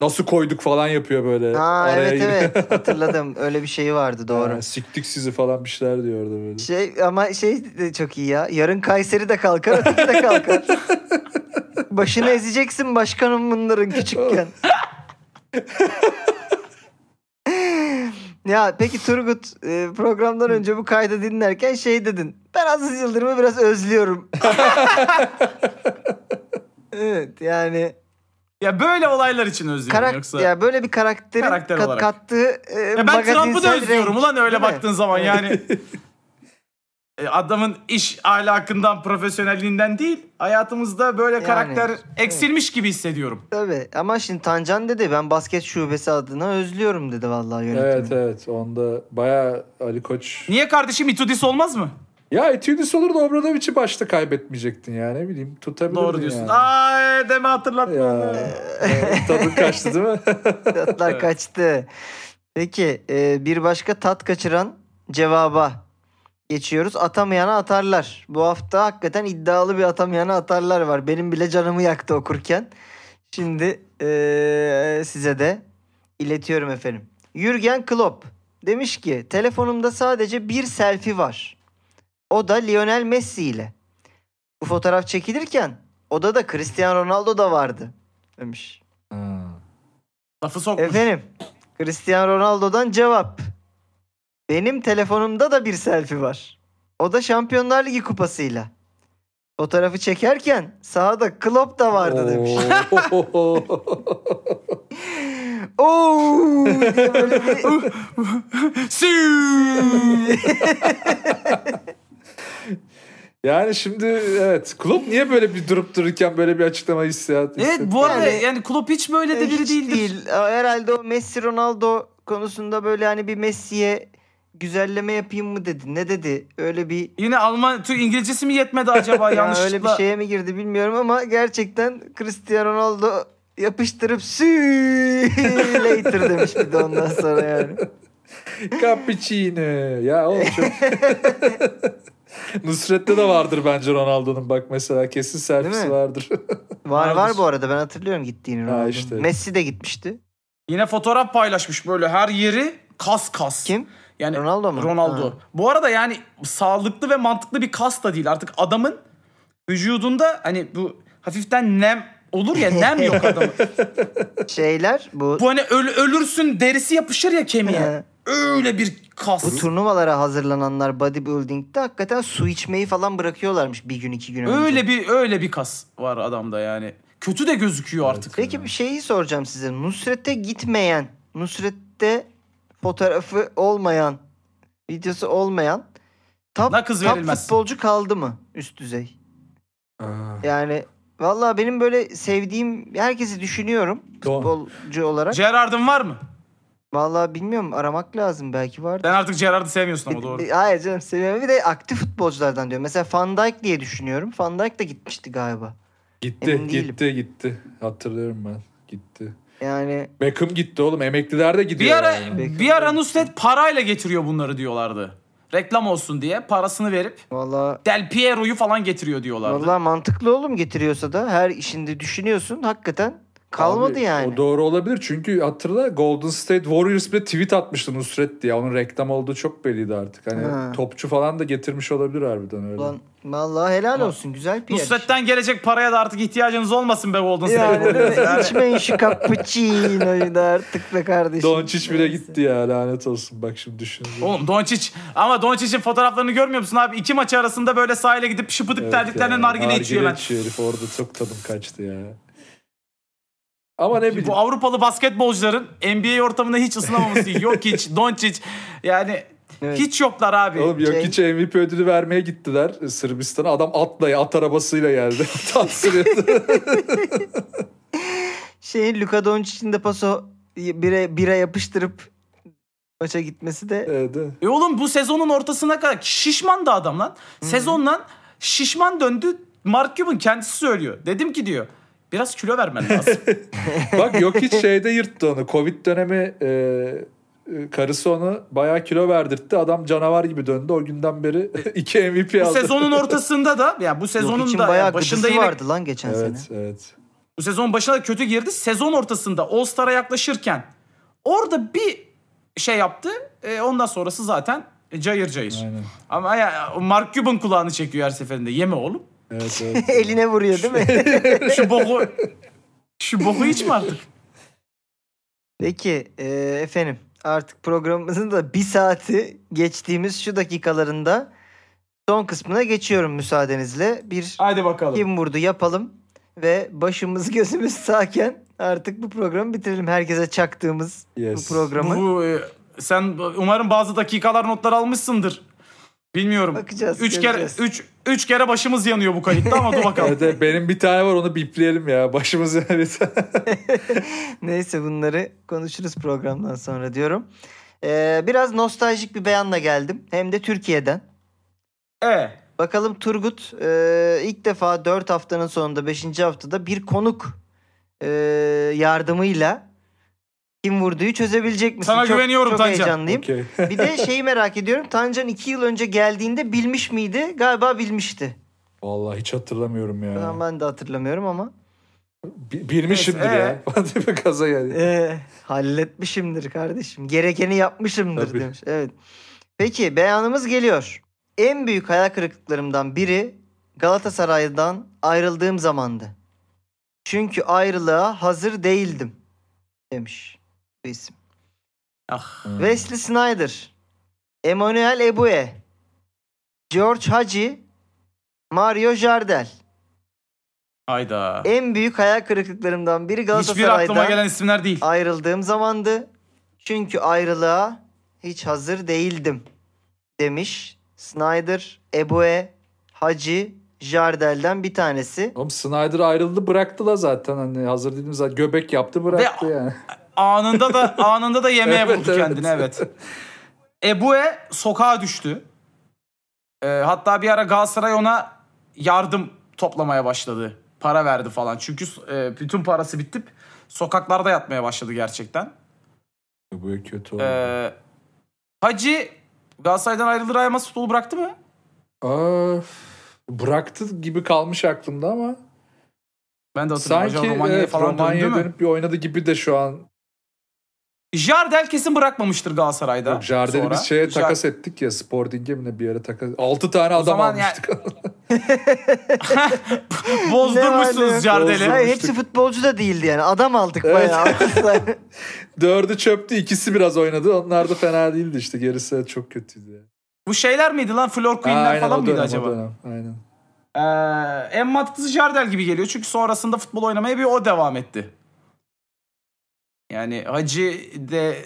B: Nasıl koyduk falan yapıyor böyle.
A: Ha
B: araya
A: evet
B: giriyor. <laughs>
A: evet hatırladım. Öyle bir şey vardı doğru.
B: Ha, siktik sizi falan bir şeyler diyor orada böyle.
A: Şey ama şey de çok iyi ya. Yarın Kayseri de kalkar, öteki de kalkar. Başını ezeceksin başkanım bunların küçükken. ya peki Turgut e, programdan önce bu kaydı dinlerken şey dedin. Ben Aziz Yıldırım'ı biraz özlüyorum. evet yani
C: Ya böyle olaylar için özlüyorum
A: karak
C: yoksa. Ya,
A: ya böyle bir karakterin
C: Karakter
A: kat-
C: olarak.
A: kattığı e,
C: ben Trump'ı da
A: magazinsel
C: özlüyorum
A: renk,
C: ulan öyle
A: değil mi?
C: baktığın zaman
A: Evet.
C: yani. <laughs> E, Adamın iş ahlakından, profesyonelliğinden değil, hayatımızda böyle
A: Yani,
C: karakter
A: evet.
C: eksilmiş gibi hissediyorum.
A: Tabii ama şimdi Tancan dedi ben basket şubesi adına özlüyorum dedi vallahi yönetimi.
B: Evet evet onda bayağı Ali Koç.
C: Niye kardeşim Itudis olmaz mı?
B: Ya Etüdis olur da Obradovic'i başta kaybetmeyecektin yani ne bileyim tutabilirdin
C: Doğru diyorsun.
B: yani.
C: Ay deme hatırlatma.
B: Ya. Evet, Tadın
A: <laughs>
B: kaçtı değil mi?
A: Tatlar
C: Evet.
A: kaçtı. Peki e, bir başka tat kaçıran cevaba geçiyoruz. Atamayana atarlar. Bu hafta hakikaten iddialı bir atamayana atarlar var. Benim bile canımı yaktı okurken. Şimdi e, size de iletiyorum efendim. Jürgen Klopp demiş ki telefonumda sadece bir selfie var. O da Lionel Messi ile. Bu fotoğraf çekilirken odada Cristiano Ronaldo da vardı demiş.
B: Ha.
C: Lafı sokmuş. <laughs>
A: Efendim, Cristiano Ronaldo'dan cevap. Benim telefonumda da bir selfie var. O da Şampiyonlar Ligi kupasıyla. Fotoğrafı çekerken sahada Klopp da vardı demiş.
C: <laughs>
B: Oo.
A: Oo diye böyle bir
C: <laughs> Siu!
B: <laughs> yani şimdi evet Klopp niye böyle bir durup dururken böyle bir açıklama hissiyat
C: evet
B: hissetti?
C: bu arada
A: Yani-
C: yani, Klopp hiç böyle de biri
A: Hiç
C: değildir.
A: değil. Herhalde o Messi Ronaldo konusunda böyle hani bir Messi'ye güzelleme yapayım mı dedi. Ne dedi? Öyle bir
C: Yine Alman Türk İngilizcesi mi yetmedi acaba
A: ya
C: yanlışlıkla?
A: öyle bir şey- şeye mi girdi bilmiyorum ama gerçekten Cristiano Ronaldo yapıştırıp "See you later demiş bir de ondan sonra yani.
B: Cappuccino. Ya oğlum çok... <laughs> Nusret'te de vardır bence Ronaldo'nun bak mesela kesin
A: Değil
B: servisi
A: mi?
B: vardır. <laughs>
A: Var
C: Vardır.
A: var bu arada ben hatırlıyorum gittiğini.
B: Ha,
A: Ronaldo'nun.
B: işte.
A: Messi de gitmişti.
C: Yine fotoğraf paylaşmış böyle her yeri kas kas.
A: Kim?
C: Yani
A: Ronaldo mu?
C: Ronaldo.
A: Ha.
C: Bu arada yani sağlıklı ve mantıklı bir kas da değil. Artık adamın vücudunda hani bu hafiften nem olur ya
A: <laughs>
C: nem yok adamın.
A: Şeyler bu
C: Bu hani öl- ölürsün derisi yapışır ya
A: He.
C: kemiğe. Öyle bir kas.
A: bu turnuvalara hazırlananlar bodybuilding'de hakikaten su içmeyi falan bırakıyorlarmış bir gün iki gün önce.
C: öyle bir öyle bir kas var adamda yani. Kötü de gözüküyor artık.
A: Peki bir şeyi soracağım size. Nusret'e gitmeyen, Nusret'te fotoğrafı olmayan, videosu olmayan top,
C: Na kız
A: top
C: verilmez.
A: futbolcu kaldı mı üst düzey? Yani vallahi benim böyle sevdiğim herkesi düşünüyorum
B: Doğru.
A: futbolcu olarak.
C: Gerard'ın var mı?
A: Vallahi bilmiyorum aramak lazım belki vardı.
C: Sen artık Gerard'ı sevmiyorsun ama doğru.
A: Hayır canım seviyorum. Bir de aktif futbolculardan diyorum. Mesela Van Dijk diye düşünüyorum. Van Dijk da gitmişti galiba.
B: Gitti
A: Emin değilim.
B: gitti gitti. Hatırlıyorum ben. Gitti.
A: Yani
B: Beckham gitti oğlum. Emekliler de gidiyor.
C: Bir ara
B: yani.
C: bir ara Nusret parayla getiriyor bunları diyorlardı. Reklam olsun diye parasını verip
A: vallahi
C: Del Piero'yu falan getiriyor diyorlardı.
A: Vallahi mantıklı oğlum getiriyorsa da her işinde düşünüyorsun hakikaten kalmadı
B: Abi,
A: yani.
B: O doğru olabilir. Çünkü hatırla Golden State Warriors bile tweet atmıştı Nusret diye. Onun reklam olduğu çok belliydi artık. Hani
A: Ha.
B: topçu falan da getirmiş olabilir harbiden öyle.
A: Ulan vallahi helal
C: Ama
A: olsun güzel PR.
C: Nusret'ten gelecek paraya da artık ihtiyacınız olmasın be Golden
A: işte.
C: State.
A: yani değil mi?
C: Yani
A: içmeyin şu cappuccino'yu da artık be kardeşim.
B: Doncic bile
A: Neyse.
B: gitti ya lanet olsun. Bak şimdi düşündüm.
C: Oğlum Doncic ama Doncic'in fotoğraflarını görmüyor musun abi? İki maçı arasında böyle sahile gidip şıpıdık terliklerle nargile içiyor ben.
B: herif orada çok tadım kaçtı ya. Ama ne bileyim.
C: Bu Avrupalı basketbolcuların NBA ortamında
A: <laughs>
C: hiç ısınamaması. yok hiç, Doncic. Yani
A: Evet.
C: hiç yoklar abi.
B: Oğlum
A: Şey-
B: Jokic'e MVP ödülü vermeye gittiler Sırbistan'a. Adam atla at arabasıyla geldi. <laughs>
A: <laughs>
B: At sürüyordu.
A: Şey Luka Doncic'in de paso bire, bire yapıştırıp maça gitmesi de
B: Evet, evet.
C: E oğlum bu sezonun ortasına kadar şişman da adam lan. Sezondan şişman döndü. Mark Cuban kendisi söylüyor. Dedim ki diyor. Biraz kilo
A: <laughs>
C: vermen lazım.
B: Bak Jokic şeyde yırttı onu. Covid dönemi e, e, karısı onu bayağı kilo verdirtti. Adam canavar gibi döndü. O günden beri <laughs> iki MVP
C: bu
B: aldı.
C: sezonun ortasında da yani bu
A: Yok
C: sezonun
A: için
C: da
A: bayağı
C: yani başında
A: gıdısı
C: yine
A: vardı lan geçen sene.
B: Evet, evet.
C: bu sezon başına da kötü girdi. Sezon ortasında All Star'a yaklaşırken orada bir şey yaptı. E, ondan sonrası zaten cayır cayır.
B: Aynen.
C: Ama ya, Mark Cuban kulağını çekiyor her seferinde. Yeme oğlum.
B: Evet, evet.
A: Eline vuruyor değil mi?
C: Şu boku şu boku içme artık.
A: Peki e, efendim artık programımızın da bir saati geçtiğimiz şu dakikalarında son kısmına geçiyorum müsaadenizle. Bir
C: Hadi bakalım.
A: kim vurdu yapalım ve başımız gözümüz sağken artık bu programı bitirelim. Herkese çaktığımız
B: Yes.
A: bu programı.
C: Bu, e, sen umarım bazı dakikalar notlar almışsındır. Bilmiyorum.
A: Bakacağız,
C: Üç kere
A: göreceğiz.
C: üç, üç kere başımız yanıyor bu kayıtta
A: <laughs>
C: ama dur bakalım.
B: Evet, evet. benim bir tane var onu bipleyelim ya. Başımız yani bir tane.
A: Neyse bunları konuşuruz programdan sonra diyorum. E, biraz nostaljik bir beyanla geldim. Hem de Türkiye'den.
C: E,
A: Bakalım Turgut e, ilk defa 4 haftanın sonunda 5. haftada bir konuk e, yardımıyla kim vurduyu çözebilecek misin?
C: Sana
A: Çok-
C: güveniyorum
A: çok
C: Tancan.
A: heyecanlıyım.
B: <laughs> Okey.
A: Bir de şeyi merak ediyorum. Tancan 2 yıl önce geldiğinde bilmiş miydi? Galiba bilmişti.
B: Vallahi hiç hatırlamıyorum
A: Şu an
B: ya.
A: Ben de hatırlamıyorum ama.
B: Bi- Bilmişimdir
C: Neyse,
B: ya. <laughs> Hadi bir kaza geldi.
A: E, halletmişimdir kardeşim. Gerekeni yapmışımdır
B: Tabii.
A: demiş. Evet. Peki beyanımız geliyor. En büyük hayal kırıklıklarımdan biri Galatasaray'dan ayrıldığım zamandı. Çünkü ayrılığa hazır değildim demiş bu isim.
C: ah.
A: Wesley Snyder, Emmanuel Ebue, George Hagi, Mario Jardel.
C: Hayda.
A: En büyük hayal kırıklıklarımdan biri
C: Ah. Hiçbir aklıma
A: Galatasaray'dan
C: gelen isimler değil.
A: ayrıldığım zamandı. Çünkü ayrılığa hiç hazır değildim demiş Snyder, Ebue, Hacı, Jardel'den bir tanesi.
B: Oğlum Snyder ayrıldı bıraktı da zaten hani hazır dedim zaten göbek yaptı bıraktı
C: Ve-
B: yani. <laughs>
C: Anında da anında da yemeğe
B: Evet,
C: vurdu
B: evet.
C: kendini evet. Ebue sokağa düştü. E, hatta bir ara Galatasaray ona yardım toplamaya başladı. Para verdi falan. Çünkü e, bütün parası bitip sokaklarda yatmaya başladı gerçekten.
B: Bu kötü oldu.
C: Ee, Hacı Galatasaray'dan ayrılır ayrılmaz futbolu bıraktı mı?
B: Aa, bıraktı gibi kalmış aklımda ama
C: Ben de hatırlıyorum.
B: sanki
C: Sanki Romanya'ya
B: evet,
C: falan
B: Romanya'ya
C: döndü mü?
B: dönüp bir oynadı gibi de şu an.
C: Jardel kesin bırakmamıştır Galatasaray'da.
B: Yok, Jardel'i
C: sonra.
B: biz şeye
C: Jar-
B: takas ettik ya Sporting'e mi ne bir yere takas. 6 tane adam
C: zaman ya-
B: almıştık. <laughs>
A: Ne var ne yok.
C: Bozdurmuşsunuz Jardel'i.
A: Hayır hepsi futbolcu da değildi yani. Adam aldık bayağı. <laughs>
B: Dördü çöptü ikisi biraz oynadı. Onlar da fena değildi işte gerisi çok kötüydü. ya.
C: Bu şeyler miydi lan? Flor Queen'ler
B: Aa, aynen,
C: falan
B: o
C: mıydı
B: dönem, o
C: acaba?
B: dönem, aynen.
C: Ee, en mantıklısı Jardel gibi geliyor. Çünkü sonrasında futbol oynamaya bir o devam etti. Yani Hacı de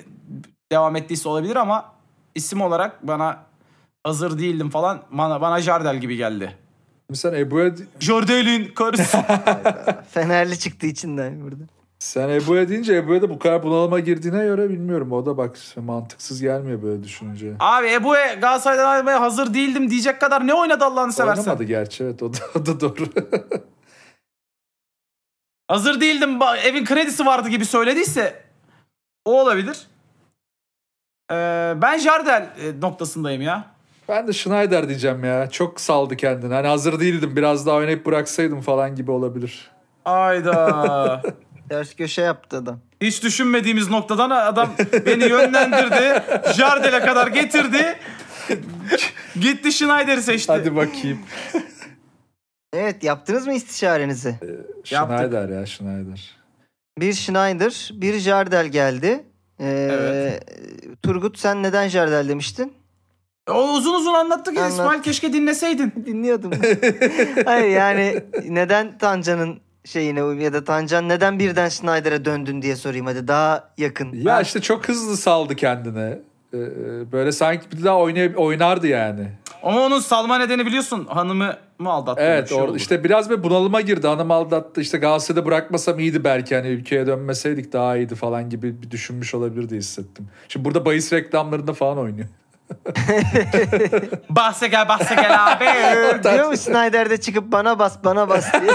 C: devam ettiyse olabilir ama isim olarak bana hazır değildim falan. Bana, bana Jardel gibi geldi.
B: Şimdi sen Ebu'ya
C: Jardel'in karısı.
A: Fenerli çıktı içinden burada.
B: sen Ebu'ya deyince Ebu'ya da bu kadar bunalıma girdiğine göre bilmiyorum. O da bak mantıksız gelmiyor böyle düşününce.
C: <laughs> Abi Ebu Galatasaray'dan ayrılmaya hazır değildim diyecek kadar ne oynadı Allah'ını seversen.
B: Oynamadı gerçi evet o da, <laughs> o da doğru.
C: Hazır değildim ba- evin kredisi vardı gibi söylediyse o olabilir. Ee, ben Jardel e, noktasındayım ya.
B: ben de Schneider diyeceğim ya. Çok saldı kendini. Hani hazır değildim biraz daha oynayıp bıraksaydım falan gibi olabilir.
C: Ayda.
A: Ters köşe yaptı adam.
C: Hiç düşünmediğimiz noktadan adam beni yönlendirdi. Jardel'e kadar getirdi. Gitti Schneider'i seçti.
B: Hadi bakayım.
A: Evet yaptınız mı istişarenizi?
C: <laughs> Yaptık.
B: Schneider ya Schneider.
A: Bir Schneider, bir Jardel geldi. Ee, Turgut sen neden Jardel demiştin?
C: O uzun uzun anlattık ya
A: Anlat. <laughs>
C: İsmail keşke dinleseydin.
A: Dinliyordum. Hayır yani neden Tancan'ın şeyine uyum ya da Tancan neden birden Schneider'e döndün diye sorayım hadi daha yakın.
B: Ya işte çok hızlı saldı kendine. Ee, Böyle sanki bir daha oynay- oynardı yani.
C: Ama onun salma nedeni biliyorsun hanımı mı aldattı?
B: Evet
C: Bir şey
B: or-
C: oldu.
B: işte biraz bir bunalıma girdi. Hanım aldattı. İşte Galatasaray'da bırakmasam iyiydi belki. Hani ülkeye dönmeseydik daha iyiydi falan gibi bir düşünmüş olabilir diye hissettim. Şimdi burada bahis reklamlarında falan oynuyor.
C: Bahse gel
B: <laughs>
C: bahse gel abi.
A: Ee, Diyor mu Snyder de çıkıp bana bas bana bas diye.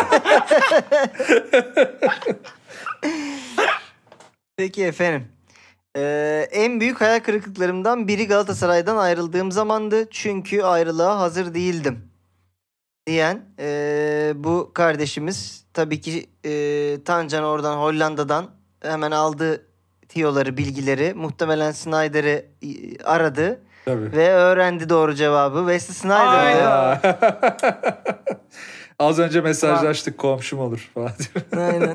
A: Peki efendim. Ee, en büyük hayal kırıklıklarımdan biri Galatasaray'dan ayrıldığım zamandı. Çünkü ayrılığa hazır değildim. Diyen ee, bu kardeşimiz tabii ki ee, Tancan oradan Hollanda'dan hemen aldı tiyoları, bilgileri. Muhtemelen Snyder'i ee, aradı
B: Tabii.
A: ve öğrendi doğru cevabı. Wesley Snyder'dı.
C: Aynen.
B: <laughs> Az önce mesajlaştık komşum olur falan. <laughs> diyor.
A: Aynen.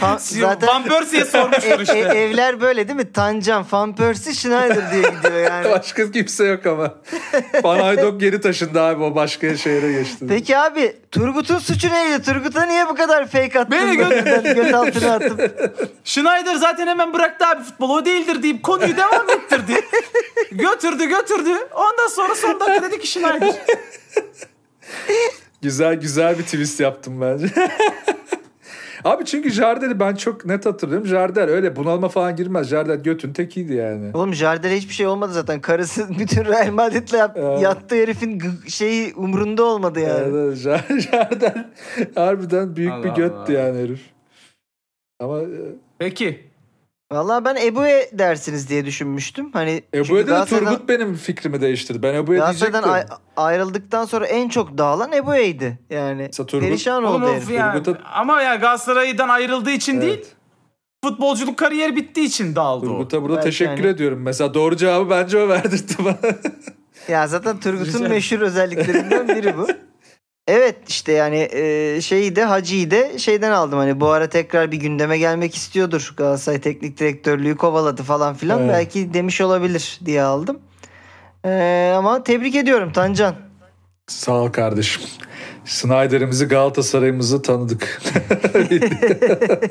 A: Fa- zaten
C: Van Persie'ye sormuştur
A: e- <laughs>
C: işte.
A: e- evler böyle değil mi? Tancan, Van Persie, Schneider diye gidiyor yani.
B: başka kimse yok ama. Van Aydok geri taşındı abi o başka şehre geçti.
A: Peki abi Turgut'un suçu neydi? Turgut'a niye bu kadar fake attın?
C: Beni
A: da göt altına atıp.
C: Schneider zaten hemen bıraktı abi futbol o değildir deyip konuyu devam ettirdi. götürdü götürdü. Ondan sonra son dakika dedi
B: <laughs>
C: ki Schneider.
B: Güzel güzel bir twist yaptım bence. <laughs> Abi çünkü Jardel'i ben çok net hatırlıyorum. Jardel öyle bunalıma falan girmez. Jardel götün tekiydi yani.
A: Oğlum Jardel'e hiçbir şey olmadı zaten. Karısı <laughs> bütün Real Madrid'le yap-
B: Evet.
A: yattığı herifin gı- şeyi umrunda olmadı yani.
B: Yani Jar- <laughs> Jardel harbiden büyük
C: Allah
B: bir göttü
C: Allah.
B: yani herif. Ama e,
C: Peki.
A: Vallahi ben Ebu'ye dersiniz diye düşünmüştüm. Hani çünkü
B: Ebu'ya da
A: Galatasaray'dan-
B: Turgut benim fikrimi değiştirdi. Ben Ebu'ya diyecektim.
A: Galatasaray'dan ay- ayrıldıktan sonra en çok dağılan Ebu'ydi. Yani
B: Mesela Turgut-
A: perişan
C: Oğlum
A: oldu
C: of
A: herif.
C: ya.
B: Turgut'a-
C: Ama ya Galatasaray'dan ayrıldığı için
B: Evet.
C: değil futbolculuk kariyeri bittiği için dağıldı o.
B: Turgut'a burada
A: Belki
B: teşekkür
A: yani.
B: ediyorum. Mesela doğru cevabı bence o verdirtti bana. <laughs>
A: Ya zaten Turgut'un
B: Güzel.
A: meşhur özelliklerinden biri
B: <laughs>
A: bu. Evet işte yani e, şeyi de Hacı'yı de şeyden aldım hani bu ara tekrar bir gündeme gelmek istiyordur. Galatasaray Teknik Direktörlüğü kovaladı falan filan
B: Evet.
A: belki demiş olabilir diye aldım. E, ama tebrik ediyorum Tancan.
B: Sağ ol kardeşim. Snyder'imizi Galatasaray'ımızı tanıdık. <laughs>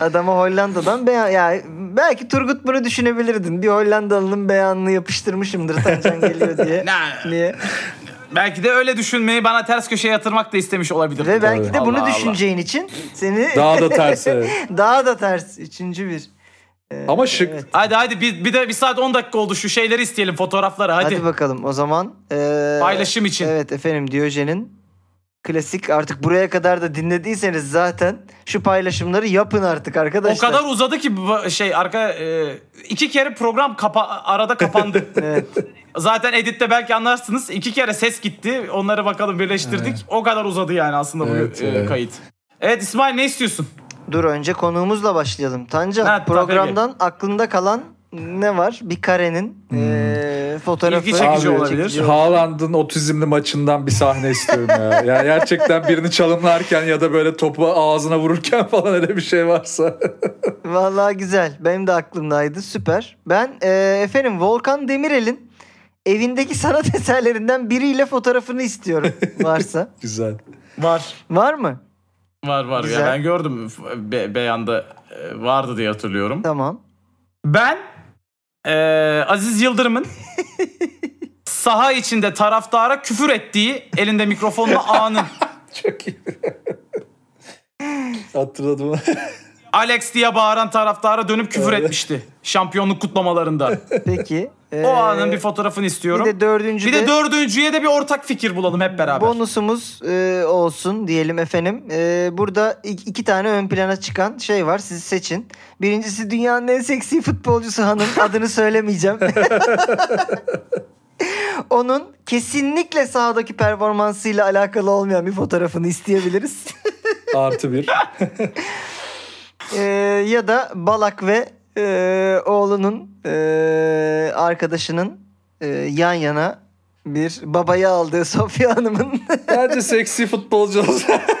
A: Adama Hollanda'dan beyan ya belki Turgut bunu düşünebilirdin. Bir Hollandalı'nın beyanını yapıştırmışımdır Tancan geliyor diye.
C: <laughs> Ne-
A: Niye?
C: Belki de öyle düşünmeyi bana ters köşeye yatırmak da istemiş olabilir.
A: Ve belki de
C: Tabii.
A: bunu
C: Allah Allah.
A: düşüneceğin için seni
B: Daha da ters, evet.
A: <laughs> Daha da ters. Üçüncü bir. E,
B: Ama şık.
A: evet.
C: Hadi hadi bir, bir de bir saat 10 dakika oldu şu şeyleri isteyelim fotoğrafları hadi.
A: Hadi. bakalım o zaman. Ee,
C: Paylaşım için.
A: Evet efendim Diyojen'in klasik artık buraya kadar da dinlediyseniz zaten şu paylaşımları yapın artık
C: O
A: arkadaşlar.
C: kadar uzadı ki bu- şey arka e, iki kere program kapa- arada kapandı.
A: <laughs> Evet.
C: Zaten editte belki anlarsınız. iki kere ses gitti. Onları bakalım birleştirdik. O kadar uzadı yani aslında
B: Evet,
C: bu e,
B: evet.
C: kayıt. Evet İsmail ne istiyorsun?
A: Dur önce konuğumuzla başlayalım. Tancan
C: Ha, tabii.
A: programdan aklında kalan ne var? Bir karenin ee, fotoğrafı.
C: İlgi çekici
B: Abi,
C: olabilir.
A: Çekici
B: Haaland'ın otizmli maçından bir sahne istiyorum ya. Yani gerçekten birini çalımlarken ya da böyle topu ağzına vururken falan öyle bir şey varsa. <laughs>
A: Vallahi güzel. Benim de aklımdaydı. Süper. Ben e, efendim Volkan Demirel'in evindeki sanat <laughs> eserlerinden biriyle fotoğrafını istiyorum varsa.
B: Güzel.
C: Var.
A: Var mı?
C: Var var
A: Güzel.
C: ya ben gördüm be- beyanda e, vardı diye hatırlıyorum.
A: Tamam.
C: Ben e, Aziz Yıldırım'ın
B: <laughs>
C: saha içinde taraftara küfür ettiği elinde mikrofonla anın.
B: Çok iyi. Hatırladım.
C: Alex diye bağıran taraftara dönüp küfür etmişti. Şampiyonluk kutlamalarında.
A: Peki.
C: O
A: Ee,
C: anın bir fotoğrafını istiyorum.
A: Bir de dördüncü
C: Bir
A: de,
C: de dördüncüye de bir ortak fikir bulalım hep beraber.
A: bonusumuz e, olsun diyelim efendim. E, burada i- iki tane ön plana çıkan şey var. Siz seçin. Birincisi dünyanın en seksi futbolcusu
C: <laughs>
A: hanım. Adını söylemeyeceğim. <laughs> Onun kesinlikle sahadaki performansıyla alakalı olmayan bir fotoğrafını isteyebiliriz.
B: <laughs> Artı bir.
A: E, ya da Balak ve e, oğlunun e, arkadaşının e, yan yana bir babayı aldığı <laughs> Sofya Hanım'ın
B: Bence seksi futbolcu olsa. <laughs>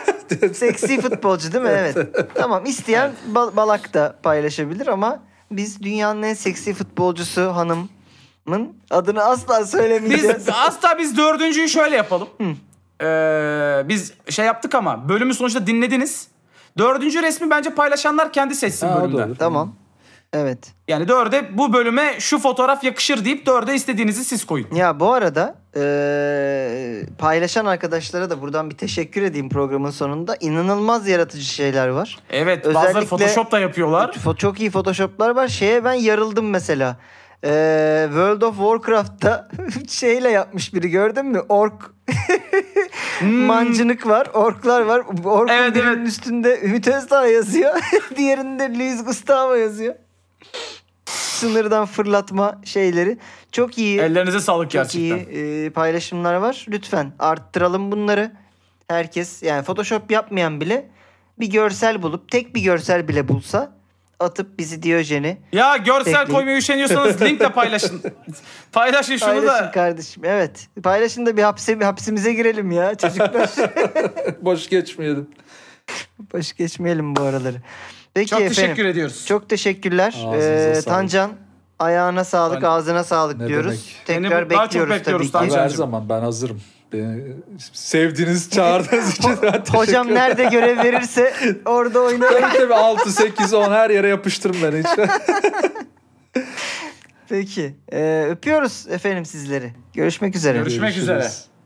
A: Seksi futbolcu değil mi? Evet. tamam isteyen Ba- Balak da paylaşabilir ama biz dünyanın en seksi futbolcusu hanımın adını asla söylemeyeceğiz.
C: Biz asla biz E, dördüncüyü şöyle yapalım. Ee, biz şey yaptık ama bölümü sonuçta dinlediniz. Dördüncü resmi bence paylaşanlar kendi seçsin
B: Ha, o da
C: bölümden.
B: olur.
A: <laughs> Tamam. Evet.
C: Yani dörde bu bölüme şu fotoğraf yakışır deyip dörde istediğinizi siz koyun.
A: Ya bu arada eee, paylaşan arkadaşlara da buradan bir teşekkür edeyim programın sonunda. İnanılmaz yaratıcı şeyler var.
C: Evet bazıları
A: Özellikle-
C: Photoshop da yapıyorlar.
A: Fo- çok iyi photoshoplar var. Şeye ben yarıldım mesela. Eee, World of Warcraft'ta <laughs> şeyle yapmış biri gördün mü? Ork <laughs> mancınık var, orklar var. Orkun
C: Hmm. Evet,
A: birinin
C: evet.
A: üstünde Ümit Özdağ yazıyor. <laughs> Diğerinde Luis Gustavo yazıyor. Sınırdan fırlatma şeyleri. Çok iyi.
C: Ellerinize sağlık
A: Çok
C: gerçekten.
A: iyi e, paylaşımlar var. Lütfen arttıralım bunları. Herkes yani Photoshop yapmayan bile bir görsel bulup tek bir görsel bile bulsa atıp bizi Diyojen'i
C: Ya görsel
A: Bekleyin.
C: koymaya üşeniyorsanız linkle
A: <laughs>
C: paylaşın. paylaşın şunu
A: paylaşın
C: da.
A: kardeşim. Evet. Paylaşın da bir hapse, bir hapsimize girelim ya
C: <laughs>
A: çocuklar.
B: Boş geçmeyelim.
A: Boş geçmeyelim bu araları. Peki
C: Çok
A: efendim.
C: teşekkür ediyoruz.
A: Çok teşekkürler.
B: Ağzınıza
A: Ee,
B: sağlık.
A: Tancan ayağına sağlık,
B: Ben-
A: ağzına sağlık
B: Ne
A: diyoruz.
C: demek?
A: Tekrar
C: Beni daha çok
A: bekliyoruz,
C: bekliyoruz
A: tabii
B: Abi
A: ki.
C: Tancan.
B: her
C: Gececiğim.
B: zaman ben hazırım. Beni sevdiğiniz, çağırdığınız için ben teşekkür
A: Hocam
B: ederim.
A: nerede görev verirse orada
B: <laughs>
A: oynarım.
B: Tabii tabii 6, 8, 10 her yere yapıştırın beni hiç.
A: Peki. Ee, öpüyoruz efendim sizleri. Görüşmek üzere.
C: Görüşmek üzere.
B: Görüşürüz.